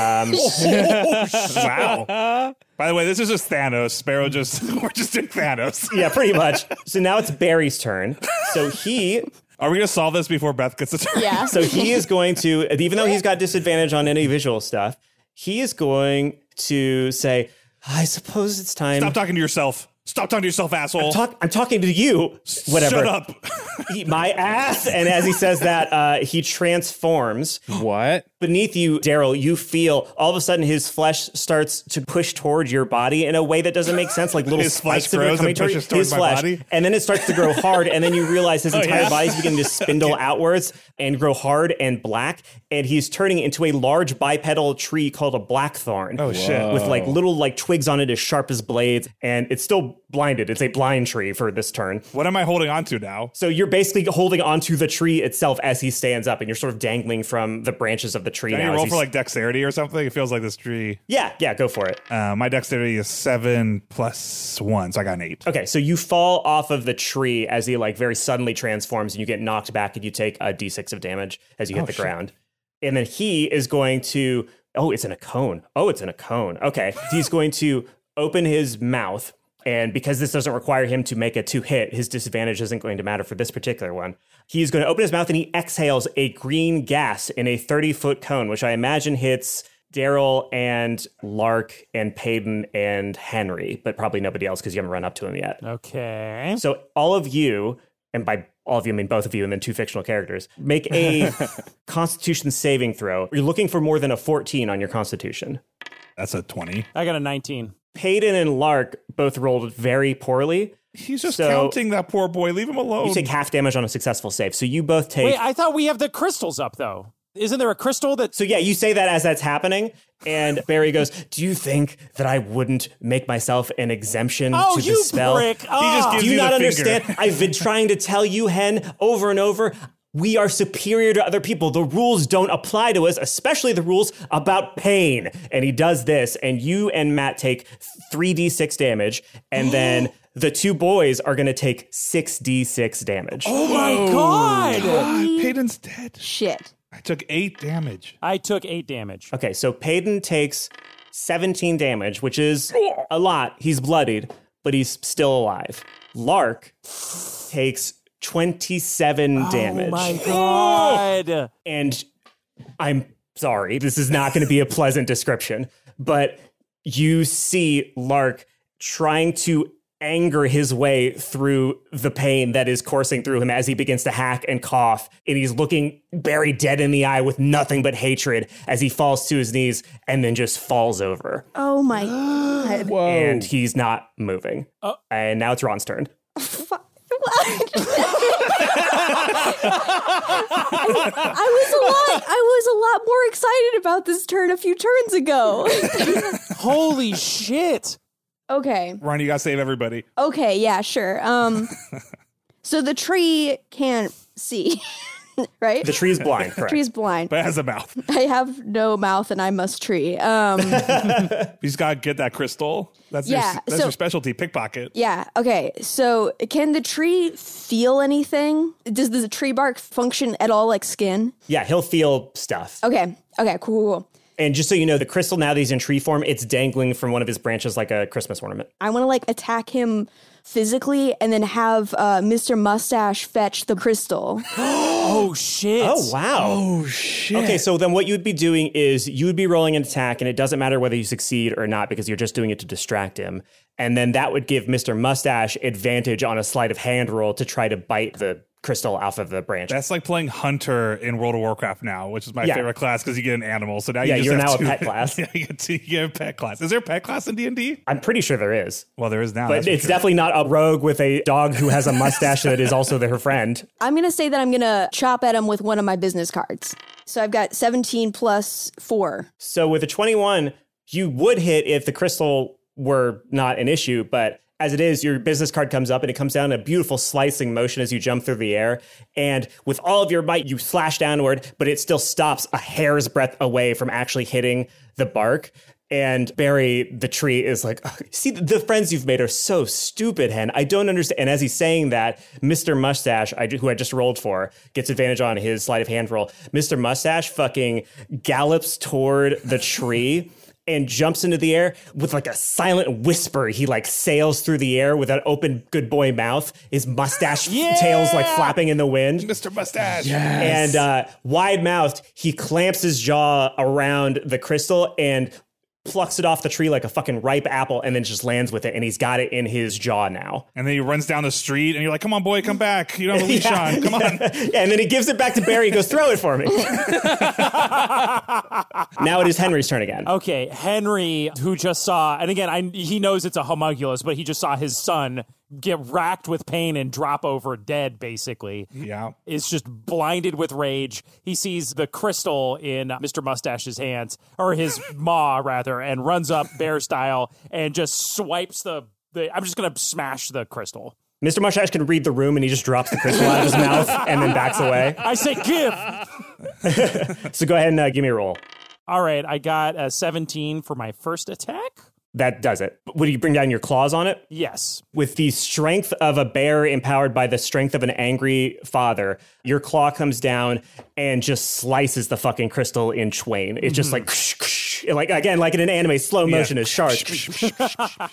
Um,
Oh,
Oh,
Wow. By the way, this is just Thanos. Sparrow just we're just doing Thanos.
Yeah, pretty much. so now it's Barry's turn. So he
Are we gonna solve this before Beth gets a turn?
yeah.
So he is going to, even though he's got disadvantage on any visual stuff, he is going to say, I suppose it's time.
Stop talking to yourself. Stop talking to yourself, asshole.
Talk, I'm talking to you. Whatever.
Shut up.
Eat my ass. And as he says that, uh, he transforms.
What?
Beneath you, Daryl, you feel all of a sudden his flesh starts to push towards your body in a way that doesn't make sense. Like little
His flesh
spikes of it are
grows
coming
and
toward-
pushes towards
his
my
flesh.
body? Oh,
And then it starts to grow hard, and then you realize his entire body's beginning to spindle outwards and grow hard and black. And he's turning into a large bipedal tree called a blackthorn. Oh
shit.
With like little like twigs on it as sharp as blades, and it's still blinded. It's a blind tree for this turn.
What am I holding on to now?
So you're basically holding onto the tree itself as he stands up, and you're sort of dangling from the branches of the tree.
Can
now
you
as
roll
he's-
for like dexterity or something? It feels like this tree.
yeah, yeah, go for it.
Uh, my dexterity is seven plus one, so I got an eight.
Okay, so you fall off of the tree
Oh,
as he like very suddenly transforms, and you get knocked back, and you take a d6 of damage as you hit the ground. And then he is going to, oh, it's in a cone. Oh, it's in a cone. Okay. He's going to open his mouth. And because this doesn't require him to make a two hit, his disadvantage isn't going to matter for this particular one. He's going to open his mouth and he exhales a green gas in a 30 foot cone, which I imagine hits Daryl and Lark and Peyton and Henry, but probably nobody else because you haven't run up to him yet.
Okay.
So all of you, and by all of you, I mean both of you, and then two fictional characters, make a Constitution saving throw. You're looking for more than a 14 on your Constitution.
That's a 20.
I got a 19.
Peyton and Lark both rolled very poorly.
He's just
So-
counting that poor boy. Leave him alone.
You take half damage on a successful save, so you both take.
Wait, I thought we have the crystals up though. Isn't there a crystal that
so yeah, you say that as that's happening, and Barry goes, "Do you think that I wouldn't make myself an exemption
Oh,
to the
you
spell?"
prick. Ah.
gives
Do you
you
not
the
understand?
finger.
I've been trying to tell you, Hen, over and over. We are superior to other people. The rules don't apply to us, especially the rules about pain. And he does this, and you and Matt take 3d6 damage, and then the two boys are going to take 6d6 damage.
Oh my god!
God, Peyton's dead.
Shit.
I took eight damage.
I took 8 damage.
Okay, so Payton takes 17 damage, which is a lot. He's bloodied, but he's still alive. Lark takes 27 damage.
Oh my god.
and I'm sorry, this is not going to be a pleasant description, but you see Lark trying to anger his way through the pain that is coursing through him as he begins to hack and cough and he's looking Barry dead in the eye with nothing but hatred as he falls to his knees and then just falls over
Oh my god.
Whoa.
and he's not moving and now it's Ron's turn
I was a lot I was a lot more excited about this turn a few turns ago.
Holy shit.
okay.
Ron, you got to save everybody.
Okay, yeah, sure. Um so the tree can't see. right?
the tree's blind correct
tree's blind.
But it has a mouth.
I have no mouth and I must tree. Um
He's got to get that crystal. That's,
Yeah,
your, that's
so-
your specialty, pickpocket.
yeah, okay. So can the tree feel anything? Does the tree bark function at all like skin?
yeah he'll feel stuff
Okay. Okay, cool, cool, cool.
And just so you know, the crystal now that he's in tree form, it's dangling from one of his branches like a Christmas ornament.
I want to like attack him physically and then have uh, Mr. Mustache fetch the crystal.
Oh shit.
wow. Oh shit. Okay, so then what you'd be doing is you would be rolling an attack, and it doesn't matter whether you succeed or not because you're just doing it to distract him. And then that would give Mr. Mustache advantage on a sleight of hand roll to try to bite the crystal off of the branch.
That's like playing hunter in World of Warcraft now, which is my
Yeah.
favorite class because you get an animal. So now you
Yeah,
just
you're
have
now a
two-
pet class.
yeah, you, get to, you get a pet class. Is there a pet class in D and D?
I'm pretty sure there is.
Well, there is now.
But
that's for
it's
sure.
definitely not a rogue with a dog who has a mustache that is also their friend.
I'm going to say that I'm going to chop at him with one of my business cards. So I've got 17 plus 4.
So with a 21, you would hit if the crystal were not an issue, but as it is, your business card comes up and it comes down in a beautiful slicing motion as you jump through the air. And with all of your might, you slash downward, but it still stops a hair's breadth away from actually hitting the bark. And Barry, the tree, is like, "Ugh, see, the friends you've made are so stupid, Hen. I don't understand. And as he's saying that, Mr. Mustache, I, who I just rolled for, gets advantage on his sleight of hand roll. Mr. Mustache fucking gallops toward the tree and jumps into the air with like a silent whisper. He like sails through the air with an open good boy mouth, his mustache tails like flapping in the wind.
Mr. Mustache.
And uh, wide mouthed, he clamps his jaw around the crystal and plucks it off the tree like a fucking ripe apple and then just lands with it. And he's got it in his jaw now.
And then he runs down the street, and you're like, "Come on, boy, come back! You don't have a leash on. Come on!"
and then he gives it back to Barry. He goes, throw it for me. now it is Henry's turn again.
Okay, Henry, who just saw, and again, I, he knows it's a homunculus, but he just saw his son get racked with pain and drop over dead, basically,
Yeah.
is just blinded with rage. He sees the crystal in Mr. Mustache's hands, or his maw, rather, and runs up bear style and just swipes the. the I'm just going to smash the crystal.
Mr. Mustache can read the room and he just drops the crystal out of his mouth and then backs away.
I say, give!
So go ahead and uh, give me a roll.
All right, I got a 17 for my first attack.
That does it. Would you bring down your claws on it?
Yes.
With the strength of a bear empowered by the strength of an angry father, your claw comes down and just slices the fucking crystal in twain. It's just like, like again, like in an anime, slow motion is sharp.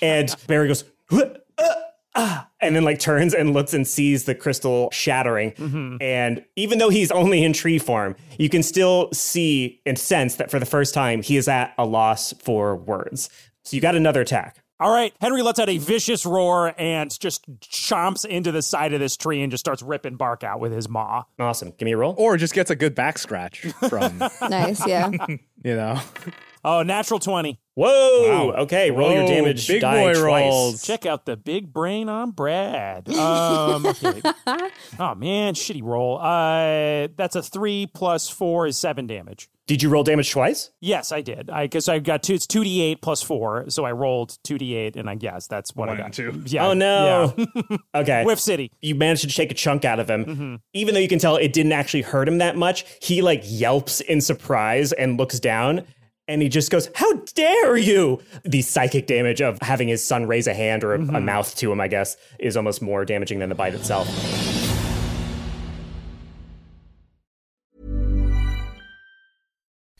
and Barry goes, "Huh, uh, ah," and then like turns and looks and sees the crystal shattering. And even though he's only in tree form, you can still see and sense that for the first time, he is at a loss for words. So you got another attack.
All right. Henry lets out a vicious roar and just chomps into the side of this tree and just starts ripping bark out with his maw.
Awesome. Give me a roll.
Or just gets a good back scratch from,
Nice, yeah.
you know.
Oh, natural 20.
Whoa. Okay. Roll your
Whoa,
damage.
big
die
boy
twice.
rolls.
Check out the big brain on Brad. Um, okay. oh, man. Shitty roll. Uh, that's a three plus four is seven damage.
Did you roll damage twice?
Yes, I did. I guess I got two. It's 2d8 plus four. So I rolled 2d8, and I guess that's what I got.
two.
Yeah.
oh no.
Um,
okay.
Yeah. Whiff City.
you managed to shake a chunk out of him.
Mm-hmm.
Even though you can tell it didn't actually hurt him that much, he like yelps in surprise and looks down and he just goes, How dare you? The psychic damage of having his son raise a hand or a,
Mm-hmm.
a mouth to him, I guess, is almost more damaging than the bite itself.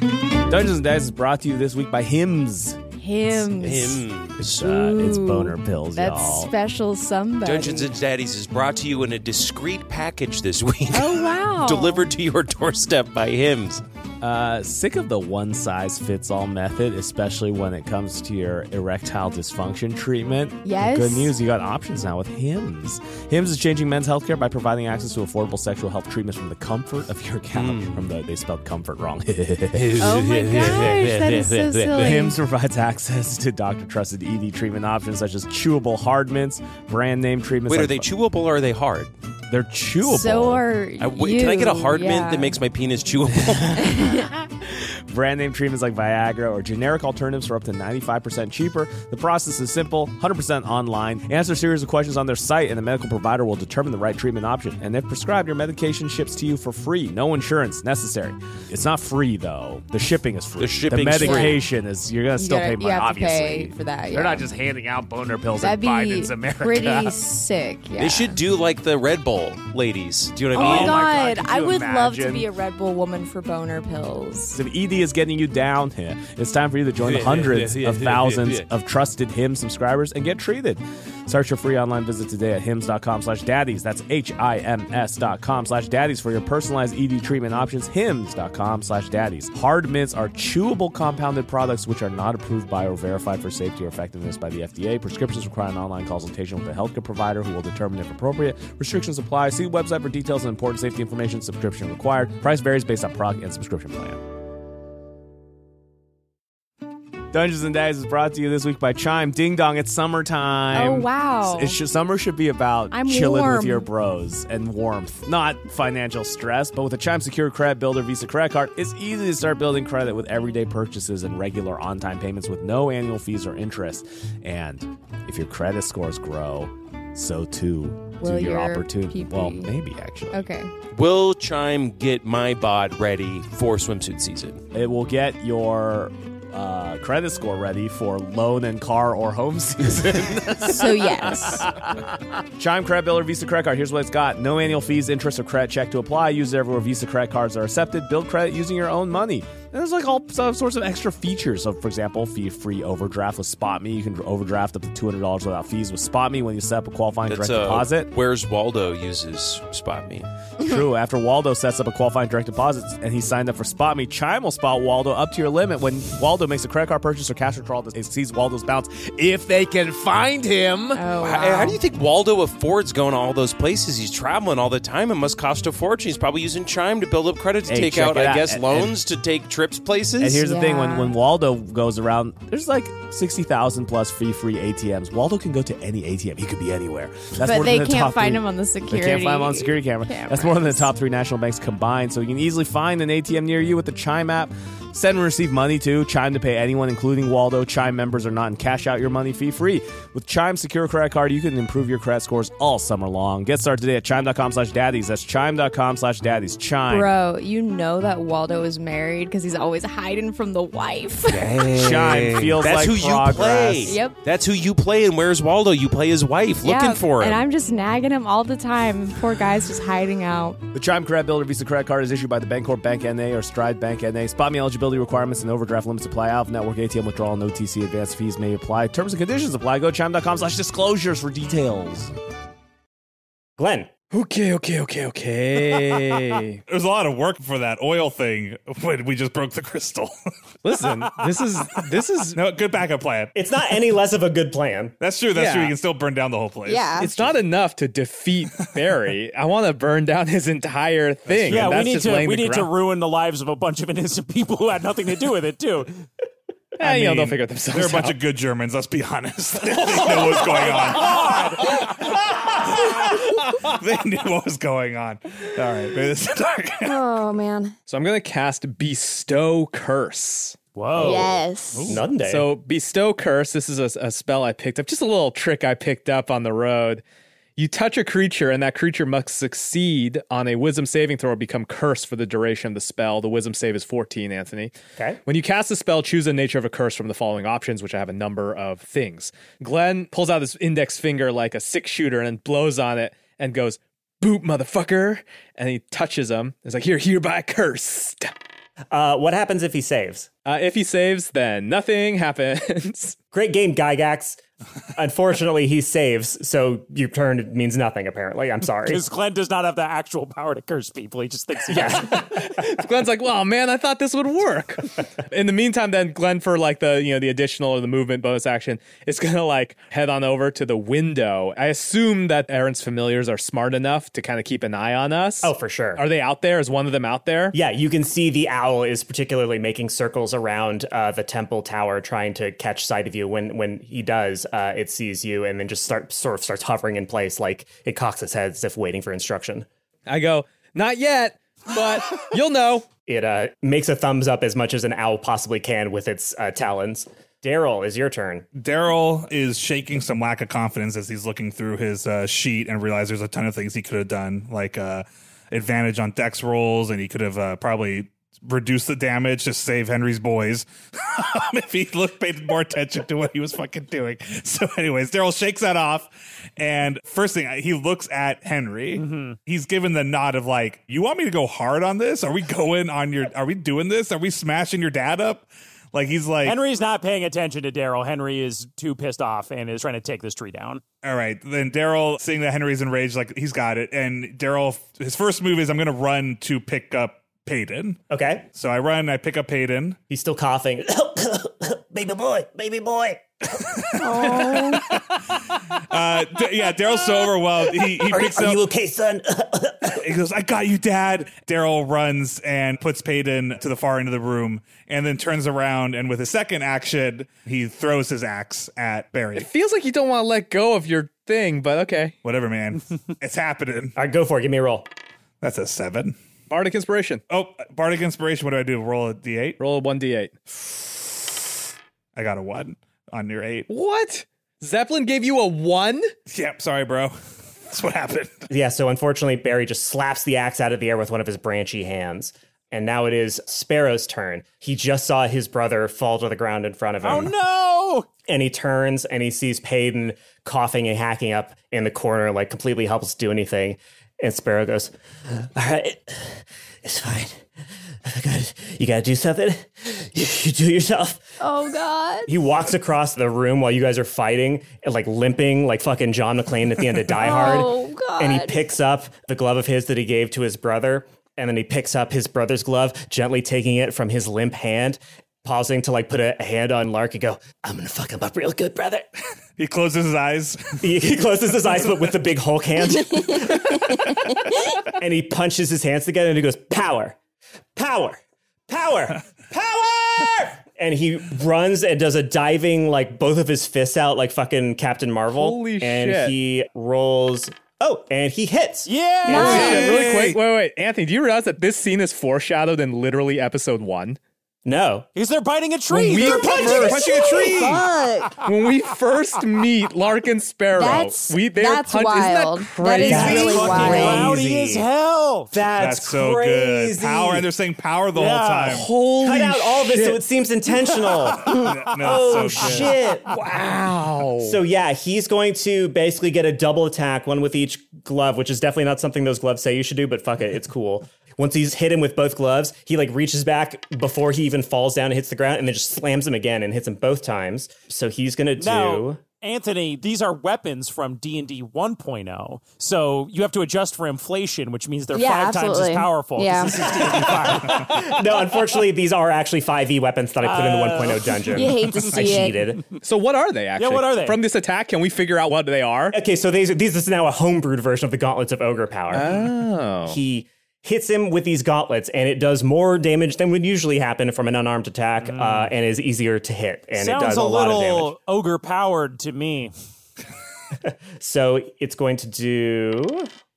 Dungeons and Dice is brought to you this week by Hims.
Him.
It's, uh, it's boner pills,
That's
y'all.
special somebody.
Dungeons and Daddies is brought to you in a discreet package this week.
Oh, wow.
Delivered to your doorstep by Hims.
Uh, sick of the one size fits all method, especially when it comes to your erectile dysfunction treatment.
Yes.
Good news, you got options now with Hims. Hims is changing men's healthcare by providing access to affordable sexual health treatments from the comfort of your couch.
Hmm.
From the they spelled comfort wrong.
Oh my gosh, that is so silly.
Hims provides access to doctor trusted ED treatment options such as chewable hard mints, brand name treatments.
Wait,
like-
are they chewable or are they hard?
They're chewable.
So are
I- wait,
you.
can I get a hard
yeah.
mint that makes my penis chewable?
Brand name treatments like Viagra or generic alternatives are up to 95% cheaper. The process is simple, 100% online. Answer a series of questions on their site, and the medical provider will determine the right treatment option. And if prescribed, your medication ships to you for free. No insurance necessary. It's not free, though. The shipping is free.
The shipping's free.
medication is, you're going to
You
still
gotta-
pay
you
money,
have to
obviously.
pay for that, yeah.
They're not just handing out boner pills
That'd
in
be
Biden's America.
pretty sick. Yeah.
They should do like the Red Bull ladies. Do you know
Oh
what
my
I mean?
god,
Can
I
you
would love to
imagine?
be a Red Bull woman for boner pills.
If ED is getting you down here, it's time for you to join the hundreds of thousands of trusted Hims subscribers and get treated. Start your free online visit today at hims.com slash daddies. That's H-I-M-S dot com slash daddies for your personalized ED treatment options. Hims.com slash daddies. Hard mints are chewable compounded products which are not approved by or verified for safety or effectiveness by the FDA. Prescriptions require an online consultation with a healthcare provider who will determine if appropriate. Restrictions apply. See website for details and important safety information. Subscription required. Price varies based on product and subscription plan. Dungeons and Daddies is brought to you this week by Chime. Ding dong, it's summertime.
Oh, wow.
It should, summer should be about
I'm
chilling with
warm.
your bros and warmth, not financial stress. But with a Chime Secure Credit Builder Visa credit card, it's easy to start building credit with everyday purchases and regular on time payments with no annual fees or interest. And if your credit scores grow, so too
Will
do your,
your
opportunity.
PP.
Well, maybe actually.
Okay.
Will Chime get my bod ready for swimsuit season?
It will get your uh, credit score ready for loan and car or home season.
So yes.
Chime Credit Builder Visa Credit Card. Here's what it's got: no annual fees, interest, or credit check to apply. Use it everywhere Visa credit cards are accepted. Build credit using your own money. And there's like all some sorts of extra features. So, for example, fee-free overdraft with SpotMe. You can overdraft up to two hundred dollars without fees with SpotMe when you set up a qualifying
That's
direct
uh,
deposit.
Where's Waldo uses Spot Me.
True. After Waldo sets up a qualifying direct deposit and he signed up for Spot Me, Chime will spot Waldo up to your limit when Waldo makes a credit card purchase or cash withdrawal that exceeds Waldo's balance if they can find him.
Oh,
How, how do you think Waldo affords going to all those places? He's traveling all the time. It must cost a fortune. He's probably using Chime to build up credit to
Hey,
take
check
out,
it
I
out.
guess,
And-
loans to take
trips places.
And here's the thing: when, when Waldo goes around, there's like sixty thousand plus fee free ATMs. Waldo can go to any ATM; he could be anywhere. That's
but
more
they
than the
can't
top
find
three.
him on the
They
security.
can't find them on security camera. That's more than the top three national banks combined. So you can easily find an ATM near you with the Chime app. Send and receive money too. Chime to pay anyone, including Waldo. Chime members are not in cash out your money fee free. With Chime Secure Credit Card, you can improve your credit scores all summer long. Get started today at chime.com slash daddies. That's chime.com slash daddies. Chime.
Bro, you know that Waldo is married because he's always hiding from the wife.
Chime feels
That's
like
who
progress.
you play.
Yep.
That's who you play. And where's Waldo? You play his wife,
Yeah,
looking for him.
And I'm just nagging him all the time. Poor guy's just hiding out.
The Chime Credit Builder Visa Credit Card is issued by the Bancorp Bank NA or Stride Bank NA. Spot me eligibility requirements and overdraft limits apply. Out of network ATM withdrawal and OTC advance fees may apply. Terms and conditions apply. Go to chime.com slash disclosures for details.
Glenn.
Okay, okay, okay, okay.
There's a lot of work for that oil thing when we just broke the crystal.
Listen, this is this is
no good backup plan.
It's not any less of a good plan.
That's true. That's
Yeah.
true. You can still burn down the whole place.
It's not enough to defeat Barry. I want to burn down his entire thing.
Yeah,
and
we
that's
need
just
to
laying
we
the
need to
ground-
ruin the lives of a bunch of innocent people who had nothing to do with it too.
Eh, you know, they'll figure themselves
They're a bunch
out.
of good Germans. Let's be honest. they know what's going on. they knew what was going on. All right, maybe this is dark.
oh man.
So I'm going to cast Bestow Curse.
Whoa.
Yes. Ooh. Nunday.
So Bestow Curse, this is a, a spell I picked up, just a little trick I picked up on the road. You touch a creature, and that creature must succeed on a wisdom saving throw or become cursed for the duration of the spell. The wisdom save is 14, Anthony.
Okay.
When you cast a spell, choose a nature of a curse from the following options, which I have a number of things. Glenn pulls out his index finger like a six shooter and blows on it and goes, Boot, motherfucker. And he touches him. It's like, You're hereby cursed.
Uh, what happens if he saves?
Uh, if he saves, then nothing happens.
Great game, Gygax. Unfortunately, he saves, so your turn means nothing, apparently. I'm sorry.
Because Glenn does not have the actual power to curse people. He just thinks he does.
Glenn's like, "Wow, man, I thought this would work." In the meantime, then Glenn, for like the you know the additional or the movement bonus action, is gonna like head on over to the window. I assume that Aaron's familiars are smart enough to kind of keep an eye on us.
Oh, for sure.
Are they out there? Is one of them out there?
Yeah, you can see the owl is particularly making circles around uh, the temple tower, trying to catch sight of you. When when he does, uh, it sees you and then just start sort of starts hovering in place, like it cocks its head as if waiting for instruction.
I go, not yet, but you'll know.
It uh, makes a thumbs up as much as an owl possibly can with its uh, talons. Daryl is your turn.
Daryl is shaking some lack of confidence as he's looking through his uh, sheet and realizes there's a ton of things he could have done, like uh, advantage on dex rolls, and he could have uh, probably reduced the damage to save Henry's boys if he looked paid more attention to what he was fucking doing. So, anyways, Daryl shakes that off, and first thing he looks at Henry. He's given the nod of like, "You want me to go hard on this? Are we going on your? Are we doing this? Are we smashing your dad up?" Like he's like
Henry's not paying attention to Daryl. Henry is too pissed off and is trying to take this tree down.
All right. Then Daryl, seeing that Henry's enraged, like he's got it. And Daryl, his first move is I'm going to run to pick up Payton.
Okay.
So I run, I pick up Payton.
He's still coughing. baby boy, baby boy.
Oh.
uh, d- yeah, Daryl's so overwhelmed. He, he
Are-
picks
are
up.
you okay, son?
he goes, I got you, dad. Daryl runs and puts Payton to the far end of the room and then turns around. And with his second action, he throws his axe at Barry.
Feels like you don't want to let go of your thing, but okay.
Whatever, man. it's happening.
All right, go for it. Give me a roll.
That's a seven.
Bardic Inspiration.
Oh, Bardic Inspiration. What do I do? Roll a d8?
Roll a 1d8.
I got a one on your eight.
What? Zeppelin gave you a one?
Yep. Sorry, bro. That's what happened.
Yeah, so unfortunately, Barry just slaps the axe out of the air with one of his branchy hands. And now it is Sparrow's turn. He just saw his brother fall to the ground in front of him.
Oh no!
And he turns and he sees Payton coughing and hacking up in the corner, like completely helpless to do anything. And Sparrow goes, All right, it's fine. I got- You got to do something. You, you do it yourself.
Oh god.
He walks across the room while you guys are fighting, and like limping, like fucking John McClane at the end of Die Hard.
Oh, God.
And he picks up the glove of his that he gave to his brother, and then he picks up his brother's glove, gently taking it from his limp hand, pausing to like put a hand on Lark and go, "I'm gonna fuck him up real good, brother."
He closes his eyes.
he, he closes his eyes, but with the big Hulk hand, and he punches his hands together and he goes, "Power, power, power, power!" and he runs and does a diving, like both of his fists out, like fucking Captain Marvel.
Holy
and
shit.
he rolls. Oh, and he hits.
Yeah.
Really quick. Wait, wait, Anthony, do you realize that this scene is foreshadowed in literally episode one?
No.
Because they're biting a tree.
When we
they're
first-
Fuck.
when we first meet Larkin Sparrow,
That's-
we they
that's
punch,
wild.
Isn't that crazy?
That is really wild.
Rowdy as hell.
That's,
so
crazy.
good. Power, and they're saying power the
Yeah.
whole time.
Holy
Cut out all this
shit.
so it seems intentional.
no,
oh
it's so good.
shit.
Wow.
So yeah, he's going to basically get a double attack, one with each glove, which is definitely not something those gloves say you should do, but fuck it, it's cool. Once he's hit him with both gloves, he like reaches back before he even falls down and hits the ground, and then just slams him again and hits him both times. So he's gonna do.
Now, Anthony, these are weapons from D&D 1.0, so you have to adjust for inflation, which means they're
Yeah,
five times
absolutely.
as powerful. 'cause
Yeah.
this is D&D 5.
no, unfortunately, these are actually 5e weapons that I put in the 1.0 dungeon.
Uh, You hate to see
I
it.
cheated.
So what are they actually?
what are they?
From this attack, can we figure out what they are?
Okay, so these, these this is now a homebrewed version of the gauntlets of ogre power.
Oh.
He hits him with these gauntlets, and it does more damage than would usually happen from an unarmed attack, uh, and is easier to hit, and
Mm. Sounds
it does a,
a,
lot of damage.
little ogre powered to me.
So it's going to do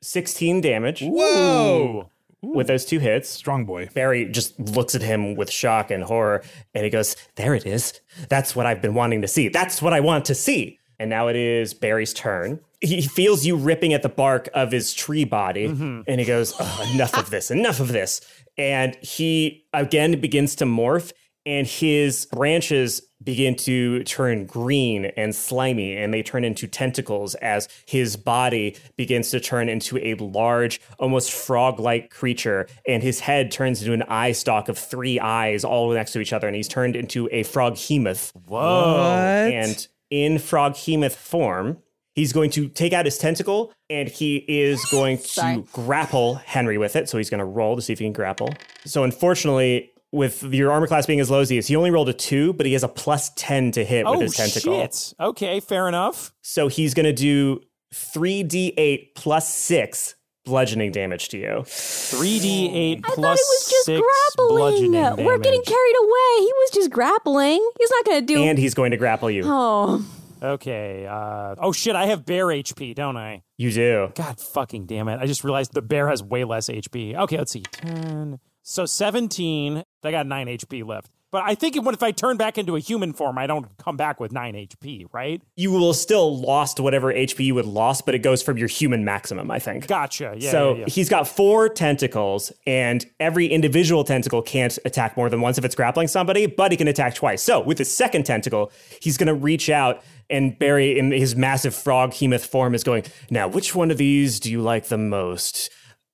16 damage
Whoa.
with those two hits.
Strong boy.
Barry just looks at him with shock and horror, and he goes, "There it is. That's what I've been wanting to see. That's what I want to see." And now it is Barry's turn. He feels you ripping at the bark of his tree body,
Mm-hmm.
and he goes, oh, "Enough of this. Enough of this." And he again begins to morph, and his branches begin to turn green and slimy, and they turn into tentacles as his body begins to turn into a large, almost frog like creature. And his head turns into an eye stalk of three eyes all next to each other, and he's turned into a frog hemoth. And in frog hemoth form, he's going to take out his tentacle and he is going
Sorry.
to grapple Henry with it. So he's going to roll to see if he can grapple. So unfortunately, with your armor class being as low as he is, he only rolled a two, but he has a plus 10 to hit
oh,
with his tentacle.
shit. Okay, fair enough.
So he's going to do 3d8 plus six bludgeoning damage to you.
3d8
I thought it was just grappling. We're getting carried away. He was just grappling. He's not going to do.
And he's going to grapple you.
oh,
Okay. Uh, oh shit! I have bear HP, don't I?
You do.
God fucking damn it! I just realized the bear has way less HP. Okay, let's see. Ten. So seventeen. I got nine HP left. But I think if I turn back into a human form, I don't come back with nine HP, right?
You will still lost whatever HP you had lost, but it goes from your human maximum, I think.
Gotcha. Yeah.
so
yeah, yeah.
he's got four tentacles, and every individual tentacle can't attack more than once if it's grappling somebody, but he can attack twice. So with his second tentacle, he's going to reach out, and Barry, in his massive frog hemoth form, is going, Now, which one of these do you like the most?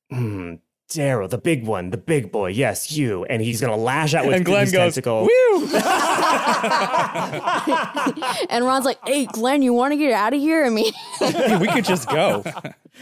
Hmm. Daryl, the big one, the big boy, yes, you. And he's gonna lash out with
And Glenn
his
goes,
tentacle.
Woo!
and Ron's like, "Hey, Glenn, you want to get out of here?" I mean,
we could just go.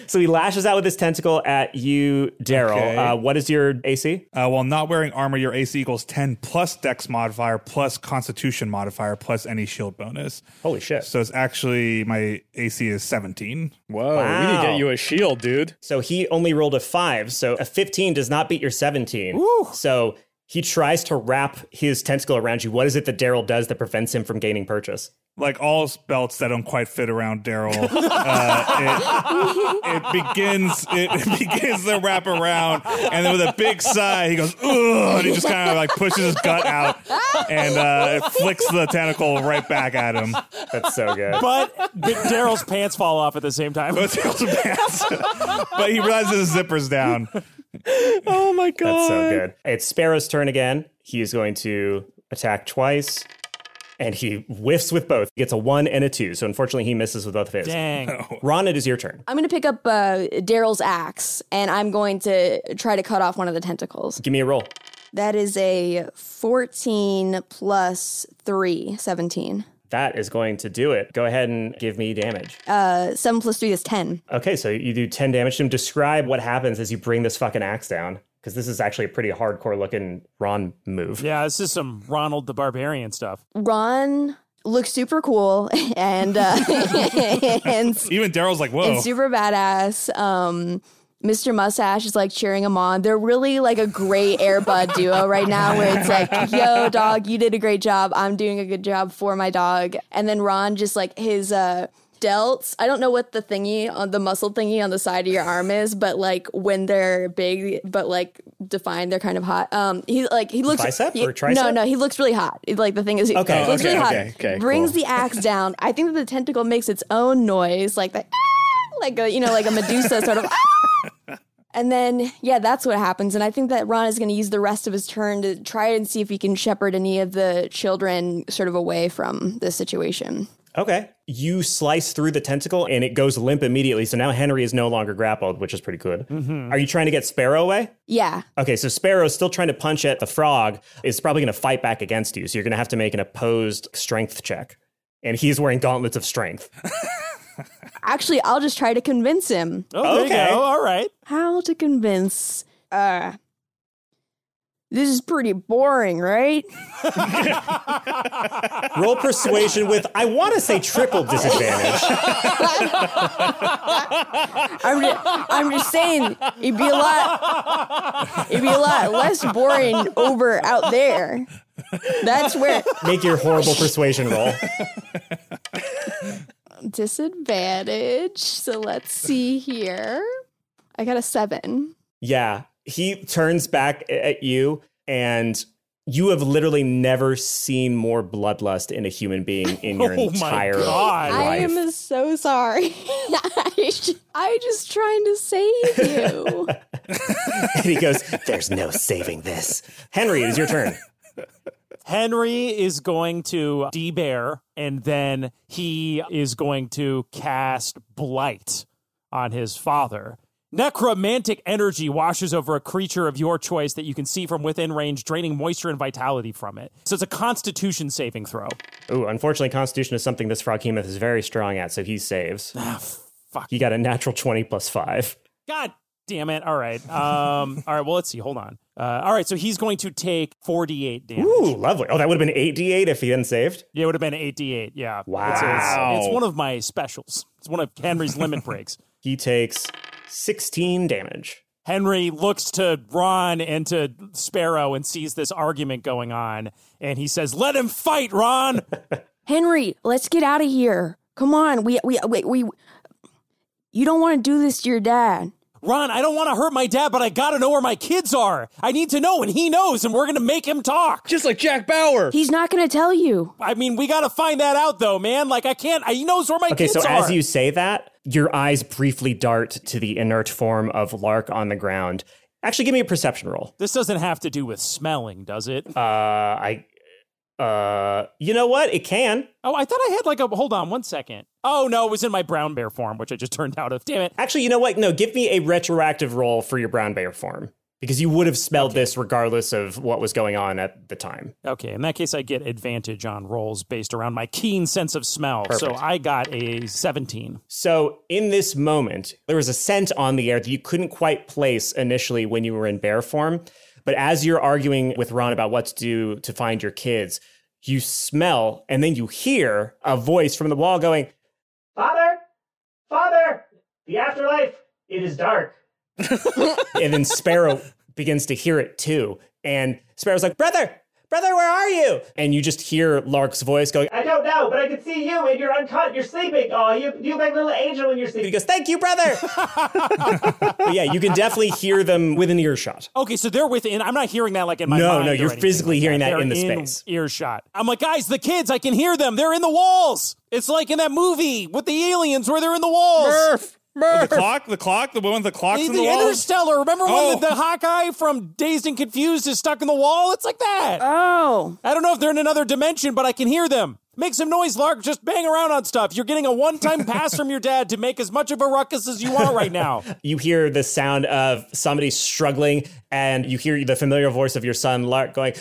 So he lashes out with his tentacle at you, Daryl.
Okay.
Uh, what is your AC?
Uh, while not wearing armor, your AC equals 10 plus dex modifier plus constitution modifier plus any shield bonus.
Holy shit.
So it's actually my AC is 17.
Whoa, we need to
Wow.
get you a shield, dude.
So he only rolled a five. So a 15 does not beat your 17. So he tries to wrap his tentacle around you. What is it that Daryl does that prevents him from gaining purchase?
Like all belts that don't quite fit around Daryl, uh, it, it begins it begins to wrap around, and then with a big sigh, he goes, "Ugh!" and he just kind of like pushes his gut out, and uh, it flicks the tentacle right back at him.
That's so good.
but but Daryl's pants fall off at the same time.
But Daryl's pants- but he realizes his zipper's down.
Oh my god.
That's so good. It's Sparrow's turn again. He is going to attack twice. And he whiffs with both. He gets a one and a two. So unfortunately, he misses with both of his.
Dang.
Ron, it is your turn.
I'm going to pick up uh, Daryl's axe and I'm going to try to cut off one of the tentacles.
Give me a roll.
That is a 14 plus 3, 17.
That is going to do it. Go ahead and give me damage.
Uh, 7 plus 3 is 10.
Okay, so you do 10 damage to him. Describe what happens as you bring this fucking axe down, because this is actually a pretty hardcore looking Ron move.
Yeah, this is some Ronald the Barbarian stuff.
Ron looks super cool and uh, and
Even Daryl's like, "Whoa!"
and super badass. Um, Mr. Mustache is like cheering him on. They're really like a great Airbud duo right now, where it's like, "Yo, dog, you did a great job. I'm doing a good job for my dog." And then Ron just like his uh, delts. I don't know what the thingy on the muscle thingy on the side of your arm is, but like when they're big, but like defined, they're kind of hot. Um, he like he looks
Bicep
he-
or tricep?
No, no, he looks really hot. It- Like the thing is, he
Okay,
looks
okay,
really hot.
okay, okay,
Brings
cool.
the axe down. I think that the tentacle makes its own noise, like the "Ah!" like a you know like a Medusa sort of. "Ah!" And then, yeah, that's what happens. And I think that Ron is going to use the rest of his turn to try and see if he can shepherd any of the children sort of away from this situation.
Okay. You slice through the tentacle and it goes limp immediately. So now Henry is no longer grappled, which is pretty good.
Mm-hmm.
Are you trying to get Sparrow away?
Yeah.
Okay, so Sparrow's still trying to punch at the frog. It's probably going to fight back against you. So you're going to have to make an opposed strength check. And he's wearing gauntlets of strength.
Actually, I'll just try to convince him.
Oh, there you Okay. go. All
right.
How to convince? Uh, this is pretty boring, right?
Roll persuasion with, I want to say triple disadvantage.
I'm just, I'm just saying it'd be a lot it'd be a lot less boring over out there. That's where
Make your horrible persuasion roll.
disadvantage. So let's see here. I got a seven.
Yeah. He turns back a- at you, and you have literally never seen more bloodlust in a human being in your
Oh my
entire
God. I
life.
am so sorry. I, sh- I just trying to save you.
and he goes, There's no saving this. Henry, it is your turn.
Henry is going to D bear and then he is going to cast Blight on his father. Necromantic energy washes over a creature of your choice that you can see from within range, draining moisture and vitality from it. So it's a constitution saving throw.
Ooh, unfortunately, Constitution is something this frog hemoth is very strong at, so he saves.
fuck.
He got a natural 20 plus five.
God damn it. All right. Um, all right. Well, let's see. Hold on. Uh, all right. So he's going to take 48 damage.
Ooh, lovely. Oh, that would have been 8d8 if he hadn't saved.
Yeah, it would have been 8d8. Yeah.
Wow.
It's, it's- it's one of my specials. It's one of Henry's limit breaks.
He takes 16 damage.
Henry looks to Ron and to Sparrow and sees this argument going on. And he says, Let him fight, Ron.
Henry, let's get out of here. Come on. We we we, we you don't want to do this to your dad.
Ron, I don't want to hurt my dad, but I got to know where my kids are. I need to know, and he knows, and we're going to make him talk.
Just like Jack Bauer.
He's not going to tell you.
I mean, we got to find that out, though, man. Like, I can't. I, he knows where my
okay,
kids
so
are.
as you say that, your eyes briefly dart to the inert form of Lark on the ground. Actually, give me a perception roll.
This doesn't have to do with smelling, does it? Uh,
I. Uh, you know what? It can.
Oh, I thought I had like a. Hold on one second. Oh, no, it was in my brown bear form, which I just turned out of. Damn it.
Actually, you know what? No, give me a retroactive roll for your brown bear form because you would have smelled this regardless of what was going on at the time.
Okay, in that case, I get advantage on rolls based around my keen sense of smell. So
Perfect.
I got a 17.
So, in this moment, there was a scent on the air that you couldn't quite place initially when you were in bear form. But as you're arguing with Ron about what to do to find your kids, you smell and then you hear a voice from the wall going, Father, father, the afterlife, it is dark. and then Sparrow begins to hear it too. And Sparrow's like, Brother, brother, where are you? And you just hear Lark's voice going, I don't know, but I can see you and you're uncaught, you're sleeping. Oh, you, you big little angel when you're sleeping. He goes, Thank you, brother. But yeah, you can definitely hear them within earshot.
Okay, so they're within. I'm not hearing that like in my
No,
mind
no,
or
you're
anything
physically
like
hearing that
They're
in the space.
earshot. I'm like, guys, the kids, I can hear them. They're in the walls. It's like in that movie with the aliens where they're in the walls.
Murph!
Murph.
The clock, the clock, the woman with the clocks
The,
in the,
the
wall.
Interstellar. Remember
Oh.
when the, the Hawkeye from Dazed and Confused is stuck in the wall? It's like that.
Oh.
I don't know if they're in another dimension, but I can hear them. Make some noise, Lark. Just bang around on stuff. You're getting a one time pass from your dad to make as much of a ruckus as you want right now.
You hear the sound of somebody struggling, and you hear the familiar voice of your son, Lark, going,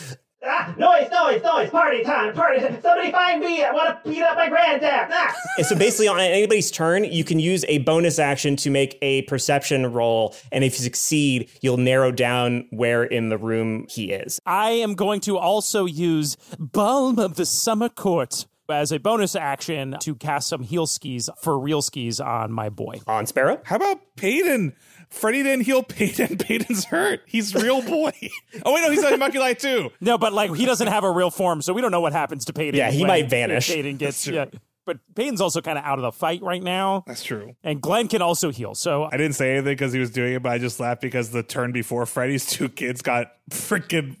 Ah, noise, noise, noise, party time, party time. Somebody find me. I want to beat up my granddad. Ah.
And so basically, on anybody's turn, you can use a bonus action to make a perception roll. And if you succeed, you'll narrow down where in the room he is.
I am going to also use Balm of the Summer Court as a bonus action to cast some heel skis for real skis on my boy.
On Sparrow?
How about Peyton Freddie didn't heal Peyton. Peyton's hurt. He's real boy. oh wait, no, he's on Monkey Light too.
No, but like he doesn't have a real form, so we don't know what happens to Peyton.
Yeah, he
when
might vanish.
Peyton
That's
gets
true.
yeah. But Peyton's also kind of out of the fight right now.
That's true.
And Glenn can also heal. So uh,
I didn't say anything because he was doing it, but I just laughed because the turn before Freddy's two kids got freaking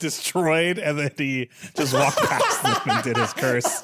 destroyed, and then he just walked past them and did his curse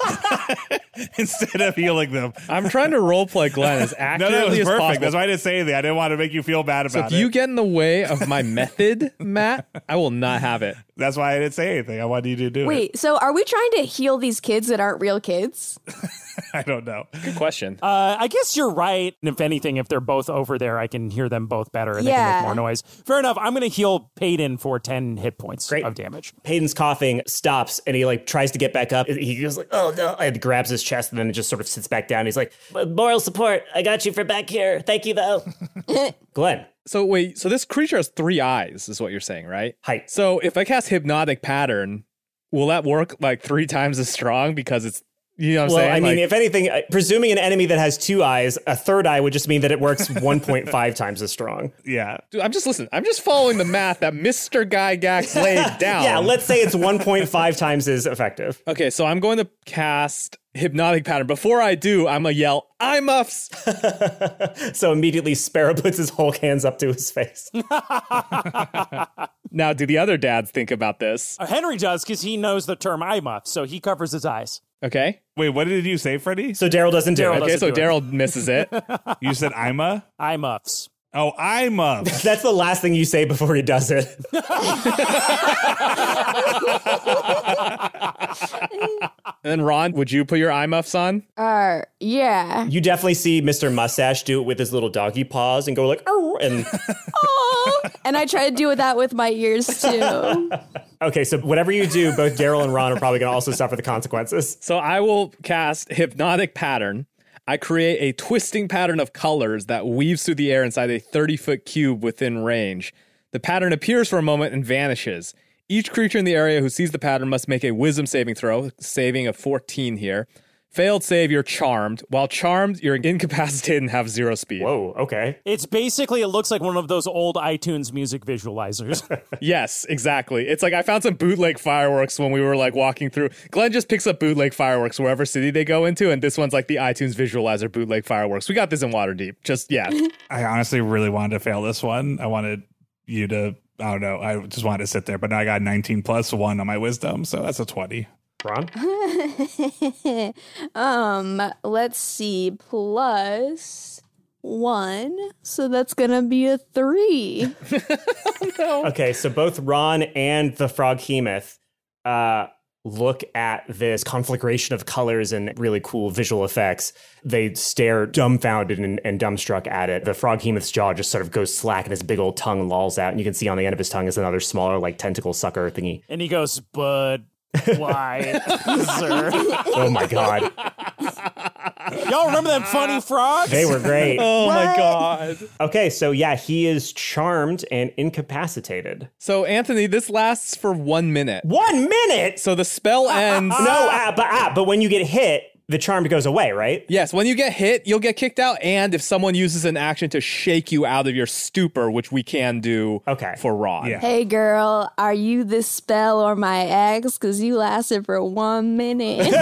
instead of healing them.
I'm trying to roleplay Glenn as
no,
accurately
no, it was
as
perfect.
possible.
That's why I didn't say anything. I didn't want to make you feel bad
So
about
if
it.
you get in the way of my method, Matt, I will not have it.
That's why I didn't say anything. I wanted you to do
Wait, so are we trying to heal these kids that aren't real kids?
I don't know.
Good question.
Uh, I guess you're right. And if anything, if they're both over there, I can hear them both better and they
Yeah.
can make more noise. Fair enough. I'm going to heal Peyton for 10 hit points of damage.
Peyton's coughing stops and he like tries to get back up. He goes like, oh no, and grabs his chest and then just sort of sits back down. He's like, moral support. I got you for back here. Thank you though. Glenn.
So wait, so this creature has three eyes, is what you're saying, right?
Height.
So if I cast hypnotic pattern, will that work like three times as strong because it's you know what I'm
well,
saying?
I mean,
Like-
if anything, uh, presuming an enemy that has two eyes, a third eye would just mean that it works 1.5 times as strong.
Yeah.
Dude, I'm just listening. I'm just following the math that Mr. Guy Gax laid down.
yeah, let's say it's 1.5 times as effective.
Okay, so I'm going to cast hypnotic pattern. Before I do, I'm gonna yell, "I'm ups."
so immediately Sparrow puts his Hulk hands up to his face.
now, do the other dads think about this?
Uh, Henry does because he knows the term eye muff, so he covers his eyes.
Okay.
Wait, what did you say, Freddie?
So Daryl doesn't do
Daryl
it.
doesn't do it.
misses it.
you said Ima?
Eye muffs.
Oh, Ima.
That's the last thing you say before he does it.
And then Ron, would you put your eye muffs on?
Uh, yeah.
You definitely see Mr. Mustache do it with his little doggy paws and go like, oh, and
and I try to do that with my ears too.
okay, so whatever you do, both Daryl and Ron are probably going to also suffer the consequences.
So I will cast hypnotic pattern. I create a twisting pattern of colors that weaves through the air inside a 30 foot cube within range. The pattern appears for a moment and vanishes. Each creature in the area who sees the pattern must make a wisdom saving throw, saving of 14 here. Failed save, you're charmed. While charmed, you're incapacitated and have zero speed.
Whoa, okay.
It's basically, it looks like one of those old iTunes music visualizers.
yes, exactly. It's like I found some bootleg fireworks when we were like walking through. Glenn just picks up bootleg fireworks wherever city they go into, and this one's like the iTunes visualizer bootleg fireworks. We got this in Waterdeep. Just yeah.
I honestly really wanted to fail this one. I wanted you to, I don't know, I just wanted to sit there, but now I got 19 plus one on my wisdom, so that's a 20.
Ron?
um, let's see, plus one, so that's gonna be a three.
Okay, so both Ron and the Frog Hemoth uh, look at this conflagration of colors and really cool visual effects. They stare dumbfounded and, and dumbstruck at it. The Frog Hemoth's jaw just sort of goes slack and his big old tongue lolls out. And you can see on the end of his tongue is another smaller, like tentacle sucker thingy.
and he goes, But why, sir?
Oh my God.
Y'all remember them funny frogs?
They were great.
Oh my god.
Okay, so yeah, he is charmed and incapacitated.
So Anthony, this lasts for one minute.
One minute.
So the spell ends.
No, ah, but ah, but when you get hit, ah. the charmed goes away, right?
Yes, when you get hit, you'll get kicked out, and if someone uses an action to shake you out of your stupor, which we can do okay. for Ron.
Hey girl, are you this spell or my ex? Cause you lasted for one minute.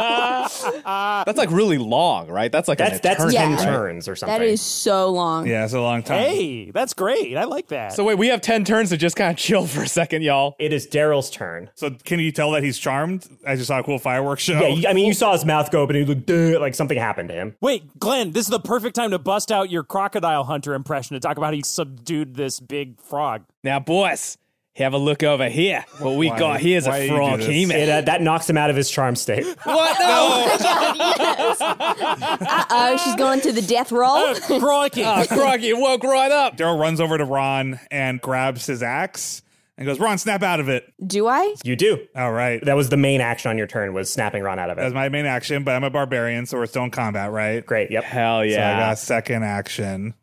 That's like really long, right? That's like an
That's- that's
eternity,
10
right?
turns or
that is so long.
Yeah, it's a long time.
Hey, that's great. I like that.
So wait, we have 10 turns to just kind of chill for a second, y'all.
It is Daryl's turn.
So can you tell that he's charmed? I just saw a cool fireworks show.
Yeah, you- I mean, you saw his mouth go open. He looked "Duh," like something happened to him.
Wait, Glenn, this is the perfect time to bust out your crocodile hunter impression to talk about how you subdued this big frog.
Now, boys, have a look over here. What we
Why-
got here is
why
a
do you do
frog
this?
he-man.
It, uh, that knocks him out of his charm state.
What?
Oh
No.
Uh oh, she's going to the death roll.
crikey.
Oh,
Ah, crikey, it woke right up.
Daryl runs over to Ron and grabs his axe and goes, Ron, snap out of it.
Do I?
You do.
All right.
That was the main action on your turn was snapping Ron out of it.
That's my main action, but I'm a barbarian, so we're still in combat, right?
Great. Yep.
Hell
So I
yeah.
got second action.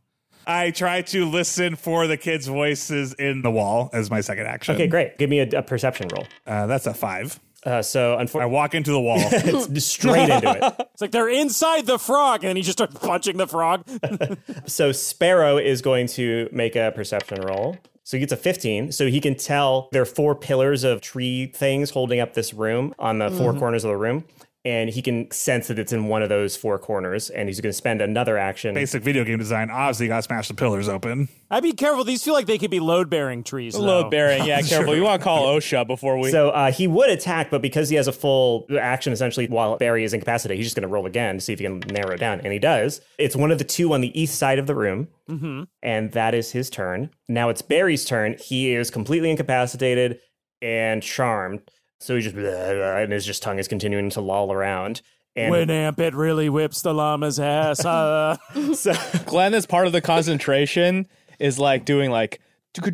I try to listen for the kids' voices in the wall as my second action.
Okay, great. Give me a, a perception roll.
Uh, that's a five.
Uh, so unfortunately,
I walk into the wall.
it's straight into it.
It's like they're inside the frog, and he just starts punching the frog.
So Sparrow is going to make a perception roll. So he gets a 15. So he can tell there are four pillars of tree things holding up this room on the four
Mhm.
corners of the room. And he can sense that it's in one of those four corners. And he's going to spend another action.
Basic video game design. Obviously, you got to smash the pillars open.
I'd be careful. These feel like they could be load bearing trees. though.
want to call OSHA before we.
So uh, he would attack, but because he has a full action essentially while Barry is incapacitated, he's just going to roll again to see if he can narrow it down. And he does. It's one of the two on the east side of the room.
Mm-hmm.
and that is his turn. Now it's Barry's turn. He is completely incapacitated and charmed. So he just blah, blah, and his just tongue is continuing to loll around. And
when amp it really whips the llama's ass. Uh.
so
Glenn is part of the concentration is like doing like. That's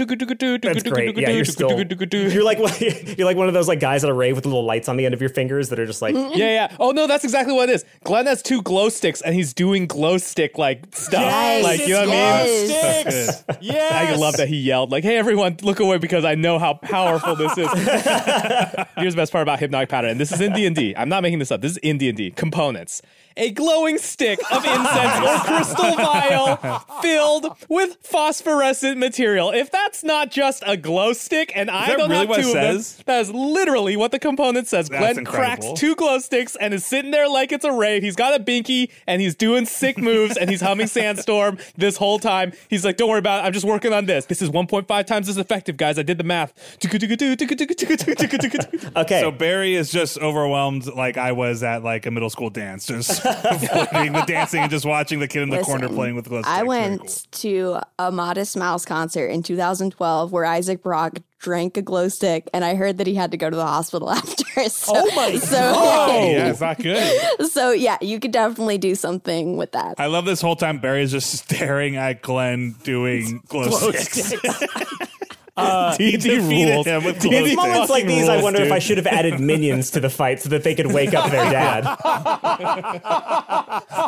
that's great. Yeah, you're still you're like you're like one of those like guys at a rave with little lights on the end of your fingers that are just like
yeah, yeah. Oh no, that's exactly what it is. Glenn has two glow sticks, and he's doing glow stick like stuff.
Yes,
like you know
yes.
what I mean?
Sticks.
I love that he yelled like, "Hey everyone, look away because I know how powerful this is." Here's the best part about hypnotic pattern, and this is in D and D. I'm not making this up. This is in D and D components. A glowing stick of incense or crystal vial filled with phosphorescent material. If that's not just a glow stick, and I
that
don't
really
have
what it
two of them,
says?
that is literally what the component says.
That's
Glenn
incredible.
cracks two glow sticks and is sitting there like it's a rave. He's got a binky and he's doing sick moves and he's humming Sandstorm this whole time. He's like, "Don't worry about it. I'm just working on this. This is 1.5 times as effective, guys. I did the math."
Okay.
So Barry is just overwhelmed, like I was at like a middle school dance, just avoiding the dancing and just watching the kid in the corner
Listen,
playing with glow sticks.
I went to a Modest Mouse concert in 2012 where Isaac Brock drank a glow stick, and I heard that he had to go to the hospital after. So,
Oh my
so,
God. Yeah, it's not good.
So yeah, you could definitely do something with that.
I love this whole time. Barry is just staring at Glenn doing glow,
Glow
sticks.
Uh,
He
D&D
defeated
rules.
him with
D&D
glow
moments
sticks.
like these, I
Rules,
wonder if I
dude.
should have added minions to the fight so that they could wake up their dad.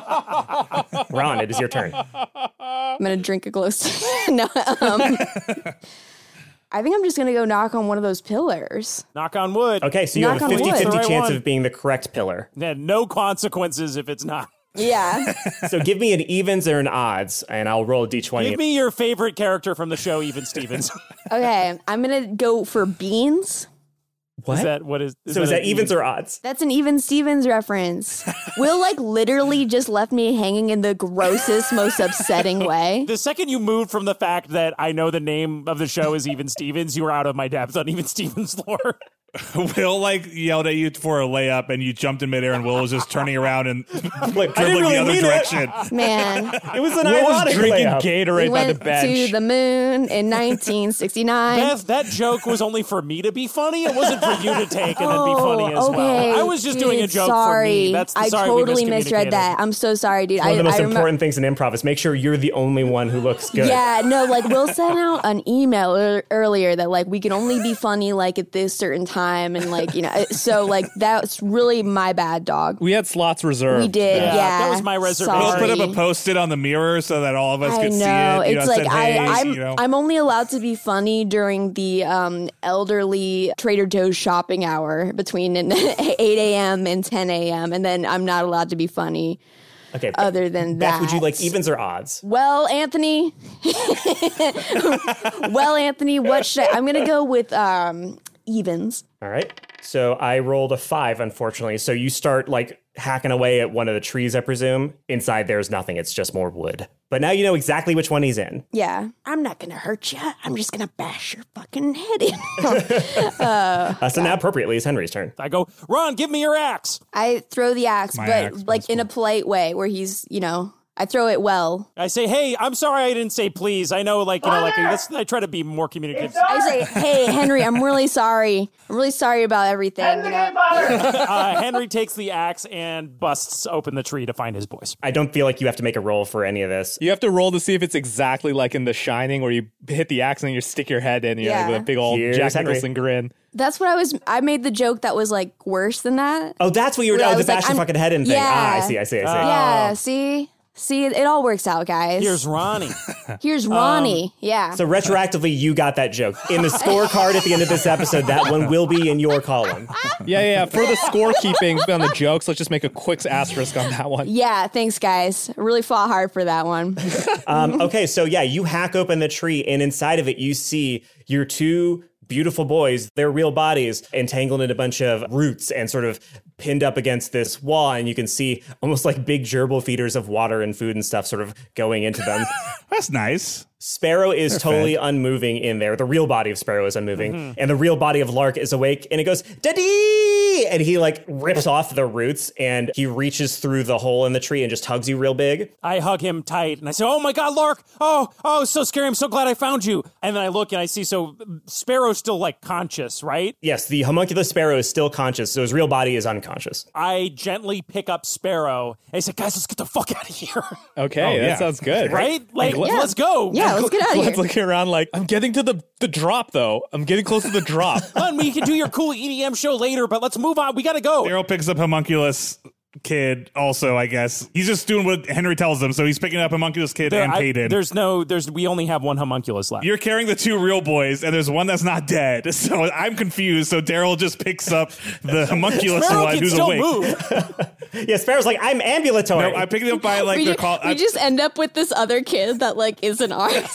Ron, it is your turn.
I'm gonna drink a glow stick. no, um, I think I'm just gonna go knock on one of those pillars.
Knock on wood.
Okay, so you have a 50 50
It's the right
chance
one.
of being the correct pillar.
Yeah, no consequences if it's not.
Yeah.
so give me an evens or an odds, and I'll roll a d20.
Give me your favorite character from the show, Even Stevens.
Okay, I'm gonna go for beans.
Is that what is?
So is
an
that evens or odds?
That's an Even Stevens reference. Will like literally just left me hanging in the grossest, most upsetting way.
The second you moved from the fact that I know the name of the show is Even Stevens, you were out of my depth on Even Stevens lore.
Will like yelled at you for a layup, and you jumped in midair, and Will was just turning around and dribbling
really
the other
mean it.
direction.
Man,
it was
an Will was ironic drinking layup. Gatorade
we
by
went
the bench.
to the moon in 1969.
Beth, that joke was only for me to be funny. It wasn't for you to take and then be funny as
Oh, okay,
well. I was just doing a
dude,
joke
sorry.
for me. That's the
I
sorry we
totally misread
miscommunicated.
that. I'm so sorry, dude.
One of the
I,
most
I remember.
important things in improv is make sure you're the only one who looks good.
Yeah, no, like Will sent out an email ear- earlier that like we can only be funny like at this certain time and like you know so like that's really my bad, dog.
We had slots reserved.
We did, Yeah, yeah. that was my reservation.
Will put up
Sorry.
a post-it on the mirror so that all of us
I
could see it.
know
you
it's
know, it
like
said,
I,
"Hey,"
I'm
you know?
I'm only allowed to be funny during the um, elderly Trader Joe's shopping hour between an- eight a.m. and ten a.m. and then I'm not allowed to be funny.
Okay,
Other than
Beth,
that,
would you like evens or odds?
Well, Anthony. well, Anthony, what should I? I'm gonna go with um, evens.
All right. So I rolled a five, unfortunately. So you start like hacking away at one of the trees, I presume. Inside there's nothing, it's just more wood. But now you know exactly which one he's in.
Yeah, I'm not gonna hurt you. I'm just gonna bash your fucking head in. uh,
Uh, so now, appropriately, it's Henry's turn.
I go, Ron, give me your axe.
I throw the axe,
My
but
axe
like in a polite way, where he's you know I throw it well.
I say, hey, I'm sorry I didn't say please. I know, like, you know, like, that's, I try to be more communicative.
I say, hey, Henry, I'm really sorry. I'm really sorry about everything. you know?
uh, Henry takes the axe and busts open the tree to find his boys.
I don't feel like you have to make a roll for any of this.
You have to roll to see if it's exactly like in The Shining, where you hit the axe and then you stick your head in, you know,
Yeah.
with a big old
Here's
Jack
Henry.
Nicholson grin.
That's what I was. I made the joke that was like worse than that.
Oh, that's what you were.
Where I
Oh, the
was like,
bash your
I'm-
fucking head in thing.
Yeah. Uh,
Ah, I see. I see. I see.
Yeah. See, See, it, it all works out,
Oh,
guys.
Here's Ronnie.
Here's Ronnie. yeah.
So retroactively, you got that joke in the scorecard at the end of this episode. That one will be in your column.
Yeah, yeah. yeah. For the scorekeeping on the jokes, let's just make a quick asterisk on that one.
yeah, thanks, guys. Really fought hard for that one.
Um, okay, so yeah, you hack open the tree, and inside of it, you see your two beautiful boys, their real bodies, entangled in a bunch of roots and sort of pinned up against this wall. And you can see almost like big gerbil feeders of water and food and stuff sort of going into them.
That's nice.
Sparrow is
They're
totally unmoving in there. The real body of Sparrow is unmoving,
Mm-hmm.
Mhm.
and the real body of Lark is awake, and it goes daddy, and he like rips off the roots, and he reaches through the hole in the tree and just hugs you real big.
I hug him tight and I say, "Oh my God, Lark! Oh, oh, it's so scary! I'm so glad I found you." And then I look and I see so Sparrow's still like conscious, right?
Yes, the homunculus sparrow is still conscious, so his real body is unconscious.
I gently pick up Sparrow and I say, "Guys, let's get the fuck out of here."
Okay,
Oh,
that
yeah.
sounds good.
Right? Like, let's go. Yeah, let's get out of
Glenn's
here.
looking around like, I'm getting to the, the drop, though. I'm getting close to the drop.
Hun, we can do your cool EDM show later, but let's move on. We gotta go.
Daryl picks up homunculus kid. Also, I guess he's just doing what Henry tells him. So he's picking up homunculus kid
There-
and
I-
Peyton.
there's no, there's we only have one homunculus left.
You're carrying the two real boys, and there's one that's not dead. So I'm confused. So Daryl just picks up the homunculus
Sparrow
one
can
who's
still
awake.
move. yeah, Sparrow's like, I'm ambulatory.
No, I picked it up by like
we,
they're
ju-
called.
we just end up with this other kid that like isn't ours.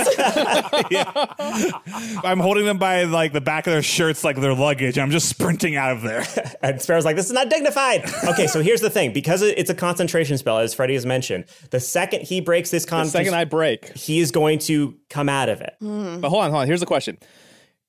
I'm holding them by like the back of their shirts, like their luggage. I'm just sprinting out of there.
and Sparrow's like, this is not dignified. Okay, so here's the thing because it- it's a concentration spell, as Freddy has mentioned, the second he breaks this
The
concentration.
second I break,
he is going to come out of it.
But hold on, hold on. Here's the question.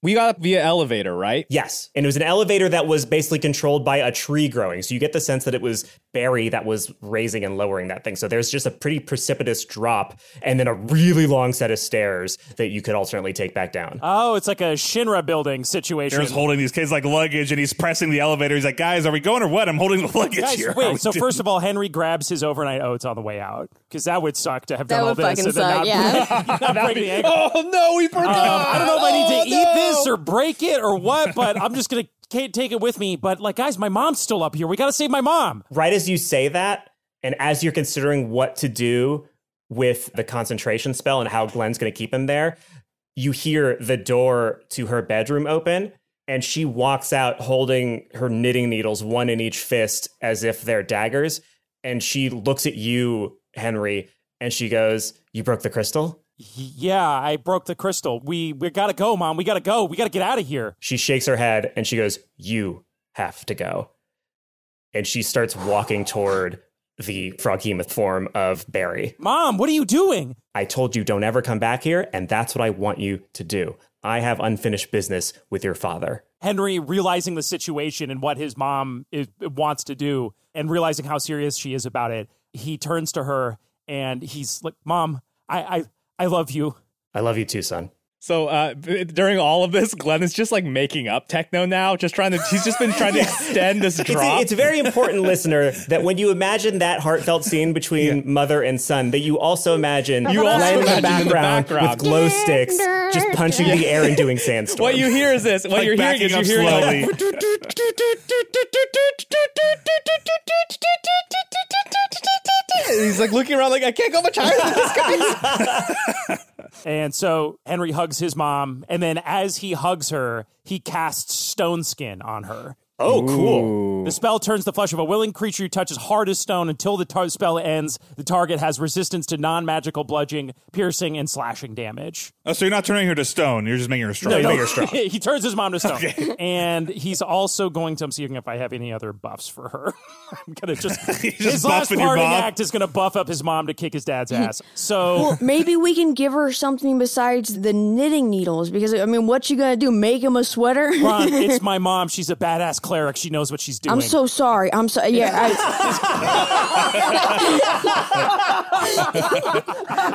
We got up via elevator, right?
Yes. And it was an elevator that was basically controlled by a tree growing. So you get the sense that it was Barry that was raising and lowering that thing. So there's just a pretty precipitous drop and then a really long set of stairs that you could alternately take back down.
Oh, it's like a Shinra building situation.
Daryl's holding these kids like luggage, and he's pressing the elevator. He's like, "Guys, are we going or what? I'm holding the luggage
Guys,
here." Are we
wait. So
doing-
first of all, Henry grabs his overnight oats on the way out because that would suck to have
That
done all
would
this.
fucking
and then
suck,
not-
yeah.
not break the ankle.
Oh no, we forgot.
Um, I don't know if I need to
Oh,
eat
no.
this or break it or what, but I'm just gonna ca- take it with me. But like, guys, my mom's still up here. We gotta save my mom.
Right as you say that, and as you're considering what to do with the concentration spell and how Glenn's going to keep him there, you hear the door to her bedroom open and she walks out holding her knitting needles, one in each fist, as if they're daggers. And she looks at you, Henry, and she goes, You broke the crystal?
Yeah, I broke the crystal. We we gotta go, mom. We gotta go. We gotta get out of here.
She shakes her head and she goes, You have to go. And she starts walking toward the froghemoth form of Barry.
Mom, what are you doing?
I told you don't ever come back here, and that's what I want you to do. I have unfinished business with your father.
Henry realizing the situation and what his mom is, wants to do and realizing how serious she is about it, he turns to her and he's like, "Mom, I I, I love you."
I love you too, son.
So uh, b- during all of this, Glenn is just like making up techno now, just trying to. He's just been trying to extend this
It's, e,
drop.
it's very important, listener, that when you imagine that heartfelt scene between mother and son, that you also imagine
You also
Glenn in the
imagine in the
background
background.
with glow sticks just punching the air and doing sandstorms.
What you hear is this. What
Like
you're hearing
backing
is you
up
hear
slowly.
like, he's like looking around like I can't go much higher than this guy.
And so Henry hugs his mom, and then as he hugs her, he casts stone skin on her.
Oh, cool.
The spell turns the flesh of a willing creature you touch as hard as stone until the tar- spell ends. The target has resistance to non magical bludgeoning, piercing, and slashing damage.
oh, so you're not turning her to stone. You're just making her strong.
he turns his mom to stone. And he's also going to, I'm seeing if I have any other buffs for her. I'm going to just, his last
buffing your
parting
mom?
act is going to buff up his mom to kick his dad's ass. So.
well, maybe we can give her something besides the knitting needles because I mean, what you gonna do? Make him a sweater?
Ron, it's my mom. She's a badass cleric. She knows what she's doing.
I'm so sorry. I'm sorry. Yeah, I,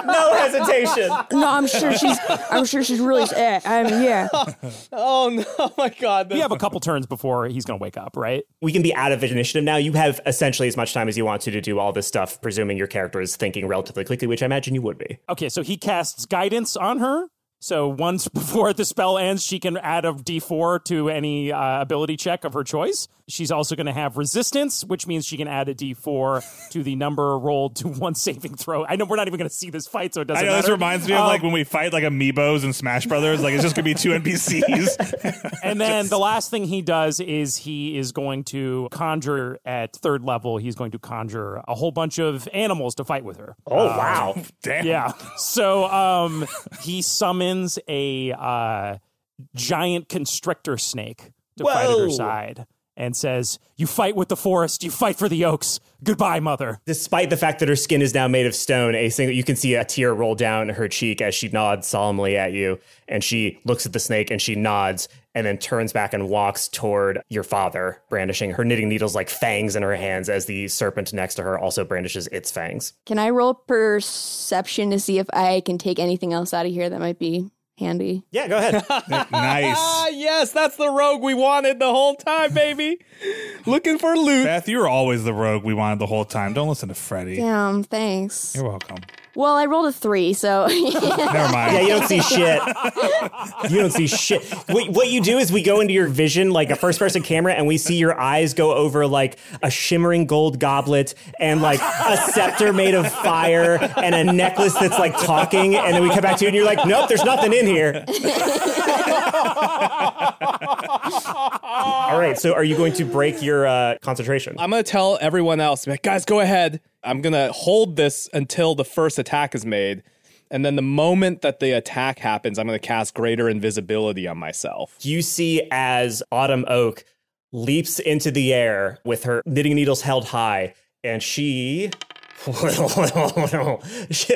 No hesitation.
no, I'm sure she's. I'm sure she's really. eh, I'm, yeah.
oh no, my god.
We have a couple turns before he's going to wake up, right?
We can be out of initiative now. You have essentially as much time as you want to to do all this stuff, presuming your character is thinking relatively quickly, which I imagine you would be.
Okay, so he casts guidance on her. So once before the spell ends, she can add a d4 to any uh, ability check of her choice. She's also going to have resistance, which means she can add a d4 to the number rolled to one saving throw. I know we're not even going to see this fight, so it doesn't
I know this
matter.
reminds me of
Um,
like when we fight like amiibos and Smash Brothers. Like it's just gonna be two NPCs.
and then the last thing he does is he is going to conjure at third level. He's going to conjure a whole bunch of animals to fight with her. Um,
Oh, wow. Damn.
Yeah. So um, he summons a uh, giant constrictor snake to fight at
Whoa.
her side and says, "You fight with the forest. You fight for the oaks. Goodbye, mother."
Despite the fact that her skin is now made of stone, a single you can see a tear roll down her cheek as she nods solemnly at you, and she looks at the snake and she nods and then turns back and walks toward your father, brandishing her knitting needles like fangs in her hands as the serpent next to her also brandishes its fangs.
Can I roll perception to see if I can take anything else out of here that might be handy?
Yeah, go ahead.
Ah, yes, that's the rogue we wanted the whole time, baby. Looking for loot.
Beth, you were always the rogue we wanted the whole time. Don't listen to Freddy.
Damn, thanks.
You're welcome.
Well, I rolled a three, so
Never mind.
Yeah, you don't see shit. You don't see shit. What, what you do is we go into your vision, like a first person camera, and we see your eyes go over like a shimmering gold goblet and like a scepter made of fire and a necklace that's like talking. And then we come back to you and you're like, nope, there's nothing in here. All right. So are you going to break your uh, concentration?
I'm gonna tell everyone else, like, guys, go ahead. I'm gonna hold this until the first attack is made, and then the moment that the attack happens, I'm gonna cast greater invisibility on myself.
you see as Autumn Oak leaps into the air with her knitting needles held high, and she. she,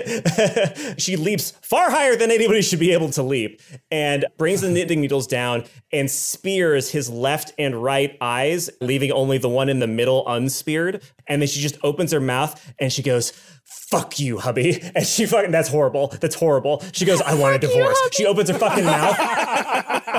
she leaps far higher than anybody should be able to leap and brings the knitting needles down and spears his left and right eyes, leaving only the one in the middle unspeared. And then she just opens her mouth and she goes, fuck you, hubby. And she fucking, that's horrible. That's horrible. She goes, I want a divorce. she opens her fucking mouth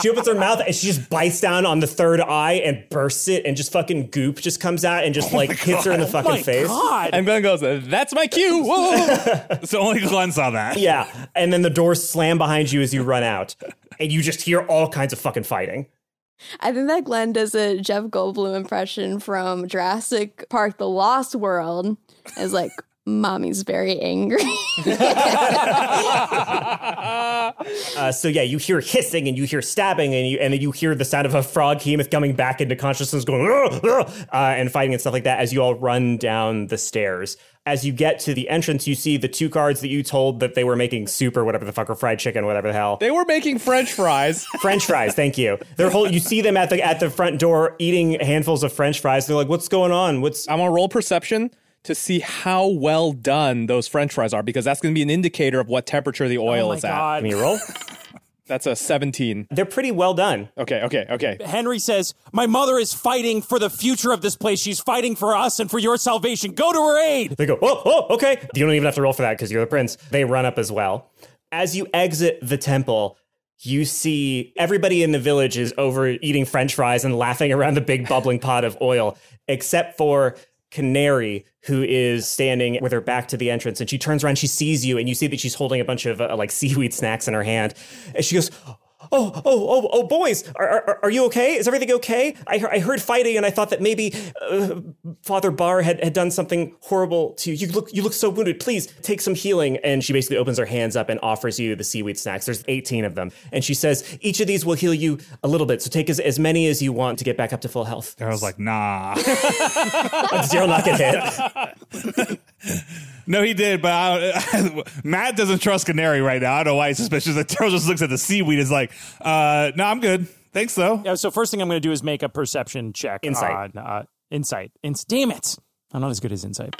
she opens her mouth and she just bites down on the third eye and bursts it, and just fucking goop just comes out and just like hits her in the fucking face.
And Glenn goes, "That's my cue." Whoa, whoa, whoa.
so only Glenn saw that.
Yeah, and then the doors slam behind you as you run out, and you just hear all kinds of fucking fighting.
I think that Glenn does a Jeff Goldblum impression from Jurassic Park: The Lost World. Is like, mommy's very angry.
Uh, so yeah, you hear hissing and you hear stabbing and you and then you hear the sound of a frog behemoth coming back into consciousness, going "Ugh, ugh," uh, and fighting and stuff like that. As you all run down the stairs, as you get to the entrance, you see the two guards that you told that they were making soup or whatever the fuck or fried chicken, whatever the hell.
They were making French fries.
French fries, thank you. They're whole. You see them at the at the front door eating handfuls of French fries. They're like, "What's going on? What's?"
I'm gonna roll perception to see how well done those French fries are, because that's gonna be an indicator of what temperature the oil
Oh my
is
God.
at.
Can
you roll?
That's a 17.
They're pretty well done.
Okay, okay, okay.
Henry says, "My mother is fighting for the future of this place. She's fighting for us and for your salvation. Go to her aid."
They go, "Oh, oh, okay." You don't even have to roll for that because you're the prince. They run up as well. As you exit the temple, you see everybody in the village is over eating French fries and laughing around the big bubbling pot of oil, except for. Canary, who is standing with her back to the entrance, and she turns around, she sees you, and you see that she's holding a bunch of uh, like seaweed snacks in her hand. And she goes, Oh, oh, oh, oh, boys, are, are, are you okay? Is everything okay? I, he- I heard fighting and I thought that maybe uh, Father Barr had, had done something horrible to you. You look, you look so wounded. Please take some healing. And she basically opens her hands up and offers you the seaweed snacks. There's 18 of them. And she says, each of these will heal you a little bit. So take as, as many as you want to get back up to full health.
I was like, nah.
Does Daryl not get hit?
No, he did, but I, Matt doesn't trust Canary right now. I don't know why he's suspicious. Like, Terrell just looks at the seaweed and is like, uh, no, I'm good. Thanks, though.
Yeah, so first thing I'm going to do is make a perception check.
Insight.
On, uh, insight. Ins- Damn it. I'm not as good as insight.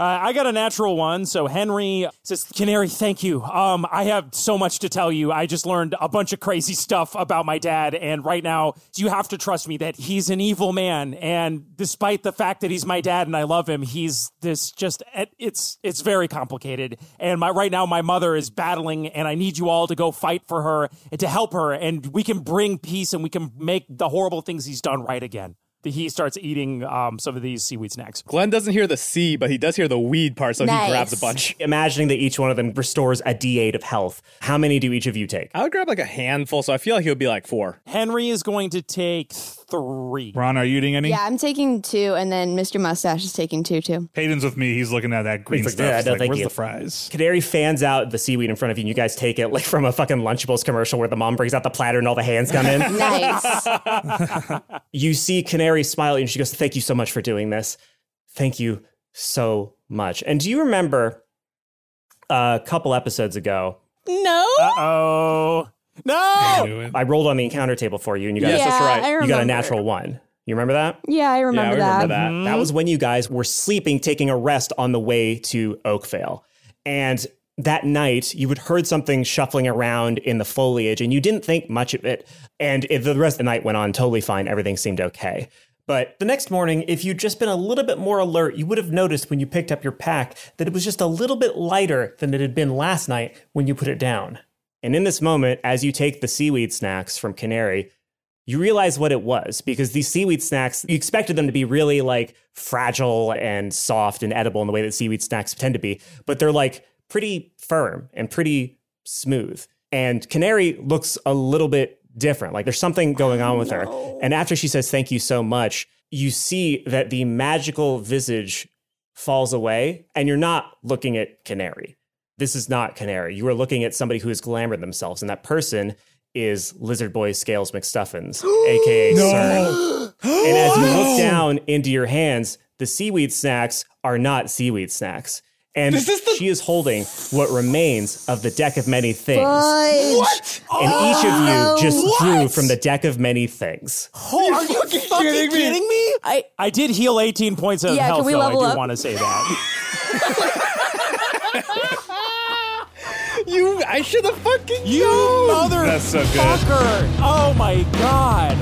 Uh, I got a natural one. So Henry says, Canary, thank you. Um, I have so much to tell you. I just learned a bunch of crazy stuff about my dad. And right now, you have to trust me that he's an evil man. And despite the fact that he's my dad and I love him, he's this just, it- it's, it's very complicated. And my, right now, my mother is battling and I need you all to go fight for her and to help her. And we can bring peace and we can make the horrible things he's done right again. he starts eating um, some of these seaweed snacks.
Glenn doesn't hear the sea, but he does hear the weed part, so
Nice.
he grabs a bunch.
Imagining that each one of them restores a D8 of health. How many do each of you take?
I would grab like a handful, so I feel like it would be like four.
Henry is going to take three.
Ron, are you eating any?
Yeah, I'm taking two, and then Mr. Mustache is taking two too.
Hayden's with me. He's looking at that green
He's like,
stuff.
"Yeah,
He's
no,
like,
thank
Where's
you."
the fries?
Kaderi fans out the seaweed in front of you, and you guys take it like from a fucking Lunchables commercial where the mom brings out the platter and all the hands come in.
nice.
you see Canary smile and she goes, Thank you so much for doing this. Thank you so much. And do you remember uh, a couple episodes ago?
No.
Uh oh. No.
I rolled on the encounter table for you and you guys
Yes, that's right. Yeah, I
you got a
remember.
natural one. You remember that?
Yeah, I remember that.
That
Mm-hmm.
was when you guys were sleeping, taking a rest on the way to Oakvale. And that night, you had heard something shuffling around in the foliage, and you didn't think much of it. And it, the rest of the night went on totally fine. Everything seemed okay. But the next morning, if you'd just been a little bit more alert, you would have noticed when you picked up your pack that it was just a little bit lighter than it had been last night when you put it down. And in this moment, as you take the seaweed snacks from Canary, you realize what it was because these seaweed snacks, you expected them to be really like fragile and soft and edible in the way that seaweed snacks tend to be, but they're like pretty firm and pretty smooth. And Canary looks a little bit different. Like there's something going on with her. And after she says, Thank you so much, you see that the magical visage falls away and you're not looking at Canary. This is not Canary. You are looking at somebody who has glamored themselves, and that person is Lizard Boy Scales McStuffins, aka
No.
CERN. And as you
No.
look down into your hands, the seaweed snacks are not seaweed snacks. And she is holding what remains of the deck of many things.
What?
And each of
Oh,
you just
what?
drew from the deck of many things.
Oh, are you
fucking
fucking
kidding
kidding
me?
me? I, I did heal 18 points of
Yeah,
health,
can we
though.
level
I
up?
do want to say that.
you, I should have fucking
You motherfucker.
That's so good.
Oh my god.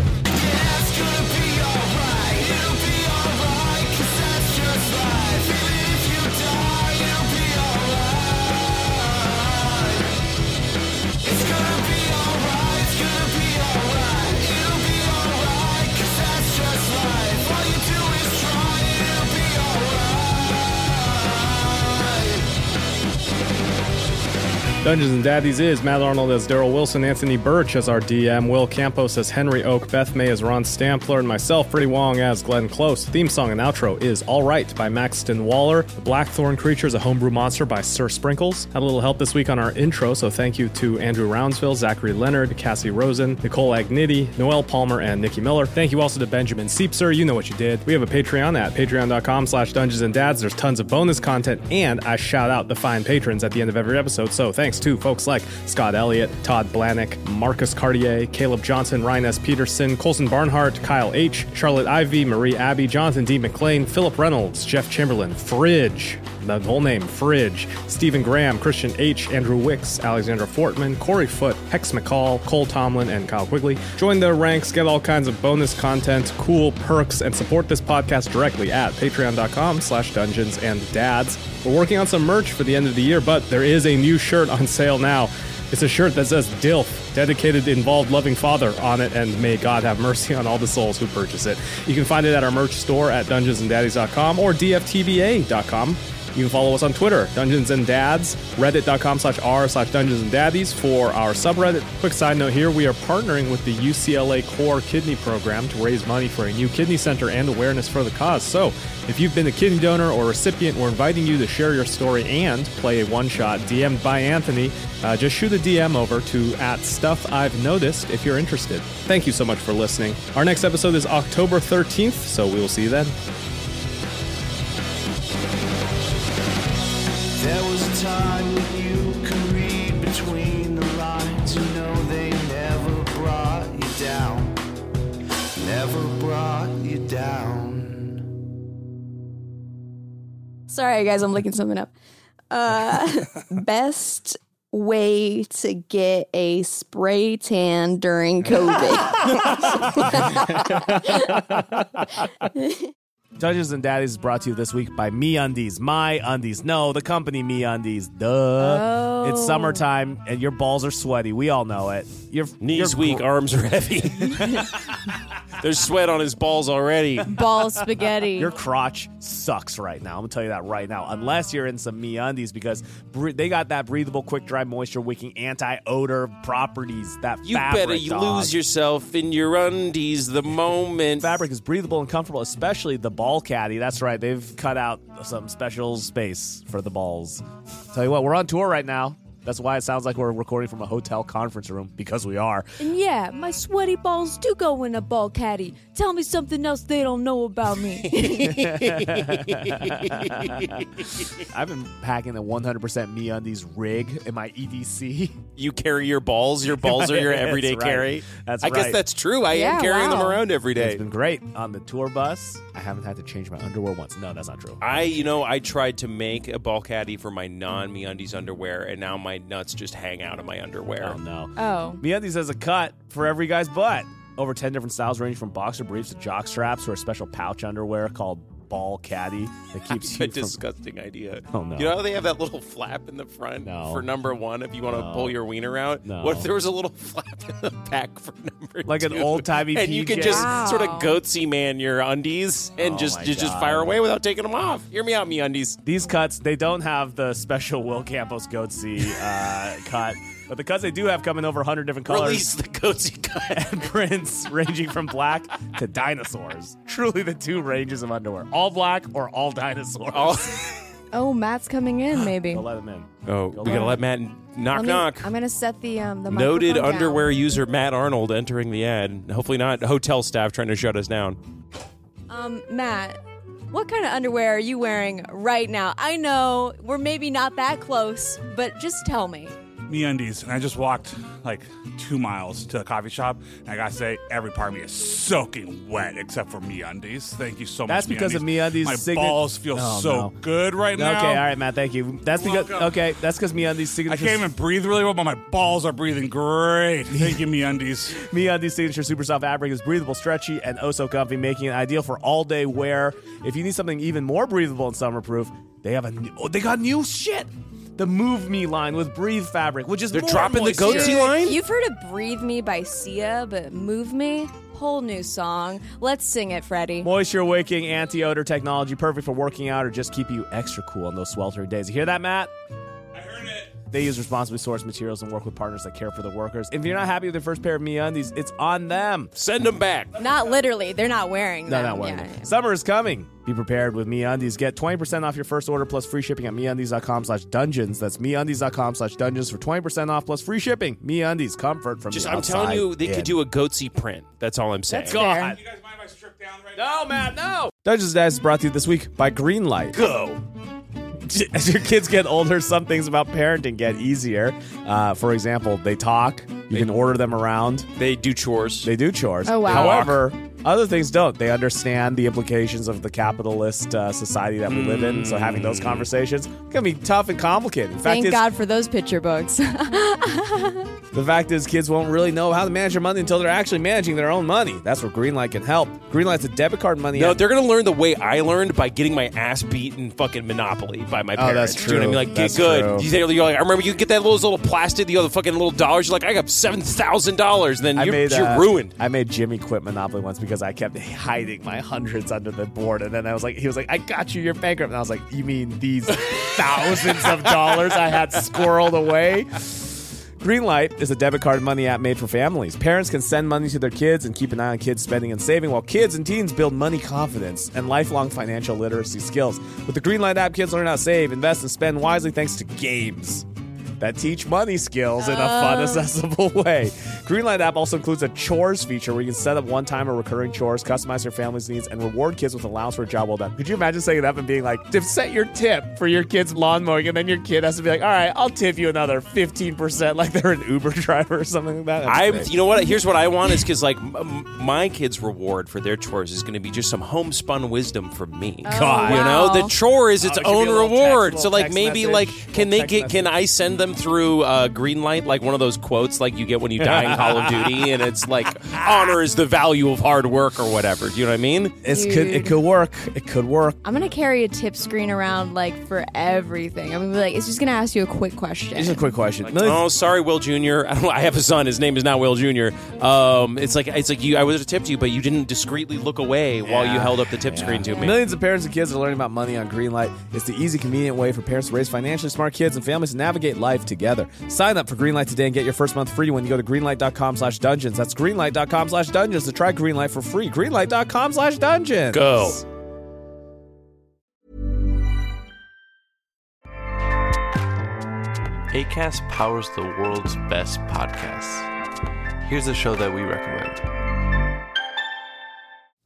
Dungeons and Daddies is Matt Arnold as Daryl Wilson, Anthony Birch as our DM, Will Campos as Henry Oak, Beth May as Ron Stampler, and myself, Pretty Wong, as Glenn Close. Theme song and outro is All Right by Maxton Waller. The Blackthorn Creature is a homebrew monster by Sir Sprinkles. Had a little help this week on our intro, so thank you to Andrew Roundsville, Zachary Leonard, Cassie Rosen, Nicole Agniti, Noel Palmer, and Nikki Miller. Thank you also to Benjamin Seepser. You know what you did. We have a Patreon at patreon.com slash dungeons and dads. There's tons of bonus content, and I shout out the fine patrons at the end of every episode. So thanks to folks like Scott Elliott, Todd Blanick, Marcus Cartier, Caleb Johnson, Ryan S. Peterson, Colson Barnhart, Kyle H., Charlotte Ivy, Marie Abbey, Jonathan D. McLean, Philip Reynolds, Jeff Chamberlain, Fridge, the whole name, Fridge, Stephen Graham, Christian H., Andrew Wicks, Alexandra Fortman, Corey Foote, Hex McCall, Cole Tomlin, and Kyle Quigley. Join their ranks, get all kinds of bonus content, cool perks, and support this podcast directly at patreon.com slash dungeons and dads. We're working on some merch for the end of the year, but there is a new shirt on sale now. It's a shirt that says DILF, dedicated, involved, loving father on it, and may God have mercy on all the souls who purchase it. You can find it at our merch store at dungeonsanddaddies.com or dftba.com. You can follow us on Twitter, Dungeons and Dads, reddit.com slash r slash Dungeons and Daddies for our subreddit. Quick side note here, we are partnering with the UCLA Core Kidney Program to raise money for a new kidney center and awareness for the cause. So if you've been a kidney donor or recipient, we're inviting you to share your story and play a one-shot DM'd by Anthony. Uh, just shoot a DM over to at stuff I've noticed if you're interested. Thank you so much for listening. Our next episode is October 13th, so we will see you then.
There was a time when you could read between the lines and know they never brought you down. Never brought you down.
Mm-hmm. Sorry, guys, I'm looking something up. Uh, best way to get a spray tan during COVID.
Dungeons and Daddies is brought to you this week by Me Undies. My Undies. No, the company Me Undies. Duh.
Oh.
It's summertime and your balls are sweaty. We all know it. Your
Knees
your
weak, arms are heavy. There's sweat on his balls already.
Ball spaghetti.
Your crotch sucks right now. I'm gonna tell you that right now. Unless you're in some MeUndies because bre- they got that breathable, quick dry, moisture wicking, anti odor properties. That
You
fabric,
better you
dog.
lose yourself in your undies the moment.
Fabric is breathable and comfortable, especially the ball caddy. That's right. They've cut out some special space for the balls. Tell you what, we're on tour right now. That's why it sounds like we're recording from a hotel conference room because we are.
And yeah, my sweaty balls do go in a ball caddy. Tell me something else they don't know about me.
I've been packing the 100% me undies rig in my EDC.
You carry your balls. Your balls are your
That's
everyday
right.
carry.
That's
I
right.
guess that's true. I am carrying them around every day.
It's been great on the tour bus. I haven't had to change my underwear once. No, that's not true.
I, you know, I tried to make a ball caddy for my non MeUndies underwear, and now my nuts just hang out of my underwear. Oh
no!
Oh,
MeUndies has a cut for every guy's butt. Over 10 different styles ranging from boxer briefs to jock straps or a special pouch underwear called ball caddy that
It's
keeps you
a
from...
disgusting idea.
Oh, no.
You know how they have that little flap in the front for number one if you want to
No.
pull your wiener out?
No.
What if there was a little flap in the back for number
Like an
two?
old-timey
And you
PJ?
could just
Wow.
sort of goatsy man your undies and
Oh,
just
my
just, just
God.
fire away without taking them off. Hear me out, me undies.
These cuts, they don't have the special Will Campos Goatsy uh, cut, but the cuts they do have come in over 100 different colors.
Release the Goatsy cut.
and prints ranging from black to dinosaurs. Truly the two ranges of underwear. All black or all dinosaurs.
oh, Matt's coming in. Maybe.
Go let him in.
Oh, we gotta let Matt knock
Let me-
knock.
I'm gonna set the um the
Noted
microphone down.
underwear user Matt Arnold entering the ad. Hopefully not hotel staff trying to shut us down.
um, Matt, what kind of underwear are you wearing right now? I know we're maybe not that close, but just tell me.
Me undies, and I just walked like two miles to the coffee shop, and I gotta say, every part of me is soaking wet except for me undies. Thank you so
That's
much.
because of me undies.
My balls feel so good right now.
Oh, Okay, all right, Matt. Thank you. That's
You're
because
welcome.
okay. That's because me undies
I
signature.
can't even breathe really well, but my balls are breathing great. Thank you, me undies.
Me Undies Signature Super Soft Fabric is breathable, stretchy, and oh so comfy, making it ideal for all day wear. If you need something even more breathable and summerproof, they have a new, oh, they got new shit. The Move Me line with Breathe Fabric, which is
They're
more
dropping the
moisture.
Goatsy line?
You've heard of Breathe Me by Sia, but Move Me? Whole new song. Let's sing it, Freddie.
Moisture wicking anti odor technology, perfect for working out or just keep you extra cool on those sweltering days. You hear that, Matt? I heard it. They use responsibly sourced materials and work with partners that care for their workers. If you're not happy with your first pair of Me Undies, it's on them.
Send them back.
Not literally. They're not wearing
No,
them.
not wearing them. Summer is coming. Be prepared with MeUndies. Get 20% off your first order plus free shipping at MeUndies.com slash dungeons. That's MeUndies.com slash dungeons for 20% off plus free shipping. MeUndies, comfort from
Just
the
I'm telling
outside
you, they
in.
could do a Goatsy print. That's all I'm saying.
That's God. fair.
No, Matt, no.
Dungeons and Dice is brought to you this week by Greenlight.
Go.
As your kids get older, some things about parenting get easier. Uh, for example, they talk. You can order them around.
They do chores.
They do chores.
Oh, wow.
However, other things don't. They understand the implications of the capitalist uh, society that we live in. So having
Mm.
those conversations can be tough and complicated. In fact,
Thank
it's-
God for those picture books.
the fact is, kids won't really know how to manage their money until they're actually managing their own money. That's where Greenlight can help. Greenlight's a debit card money
No,
app.
they're gonna learn the way I learned by getting my ass beat in fucking Monopoly by my
Oh,
parents.
that's
Do you know
true.
what I mean? Like,
That's
get good.
true.
You say- You're like, I remember you get that little, little plastic, the other fucking little dollars. You're like, I got seven thousand dollars. Then
I
you're,
made,
you're
uh,
ruined.
I made Jimmy quit Monopoly once because I kept hiding my hundreds under the board, and then I was like, he was like, "I got you, you're bankrupt," and I was like, "You mean these thousands of dollars I had squirreled away?" Greenlight is a debit card money app made for families. Parents can send money to their kids and keep an eye on kids spending and saving, while kids and teens build money confidence and lifelong financial literacy skills. With the Greenlight app, kids learn how to save, invest, and spend wisely thanks to games that teach money skills in a fun,
Oh.
accessible way. Greenlight app also includes a chores feature where you can set up one-time or recurring chores, customize your family's needs, and reward kids with allowance for a job well done. Could you imagine setting it up and being like, "Dip- set your tip for your kid's lawn mowing, and then your kid has to be like, all right, I'll tip you another 15% like they're an Uber driver or something like that? That'd be
I,
great.
you know what? Here's what I want is because like m- m- my kids' reward for their chores is going to be just some homespun wisdom from me.
Oh, God.
you
wow.
know the chore is its
Oh, it should be
own
a little text-
reward.
little
so like
text
maybe
message,
like
little
can they
text
get? Can I send them through uh, green light, like one of those quotes like you get when you die in Call of Duty, and it's like honor is the value of hard work or whatever. Do you know what I mean?
It's could it could work. It could work.
I'm gonna carry a tip screen around like for everything. I'm gonna be like, it's just gonna ask you a quick question.
Just a quick question.
Like, oh, sorry, Will Junior. I don't. I have a son. His name is not Will Junior. Um, it's like it's like you. I would have tipped you, but you didn't discreetly look away while you
Yeah.
held up the tip screen to me.
Millions of parents and kids are learning about money on Greenlight. It's the easy, convenient way for parents to raise financially smart kids and families to navigate life together. Sign up for Greenlight today and get your first month free when you go to greenlight.com slash dungeons. That's greenlight.com slash dungeons to try Greenlight for free. Greenlight.com slash dungeons.
Go.
ACAST powers the world's best podcasts. Here's a show that we recommend.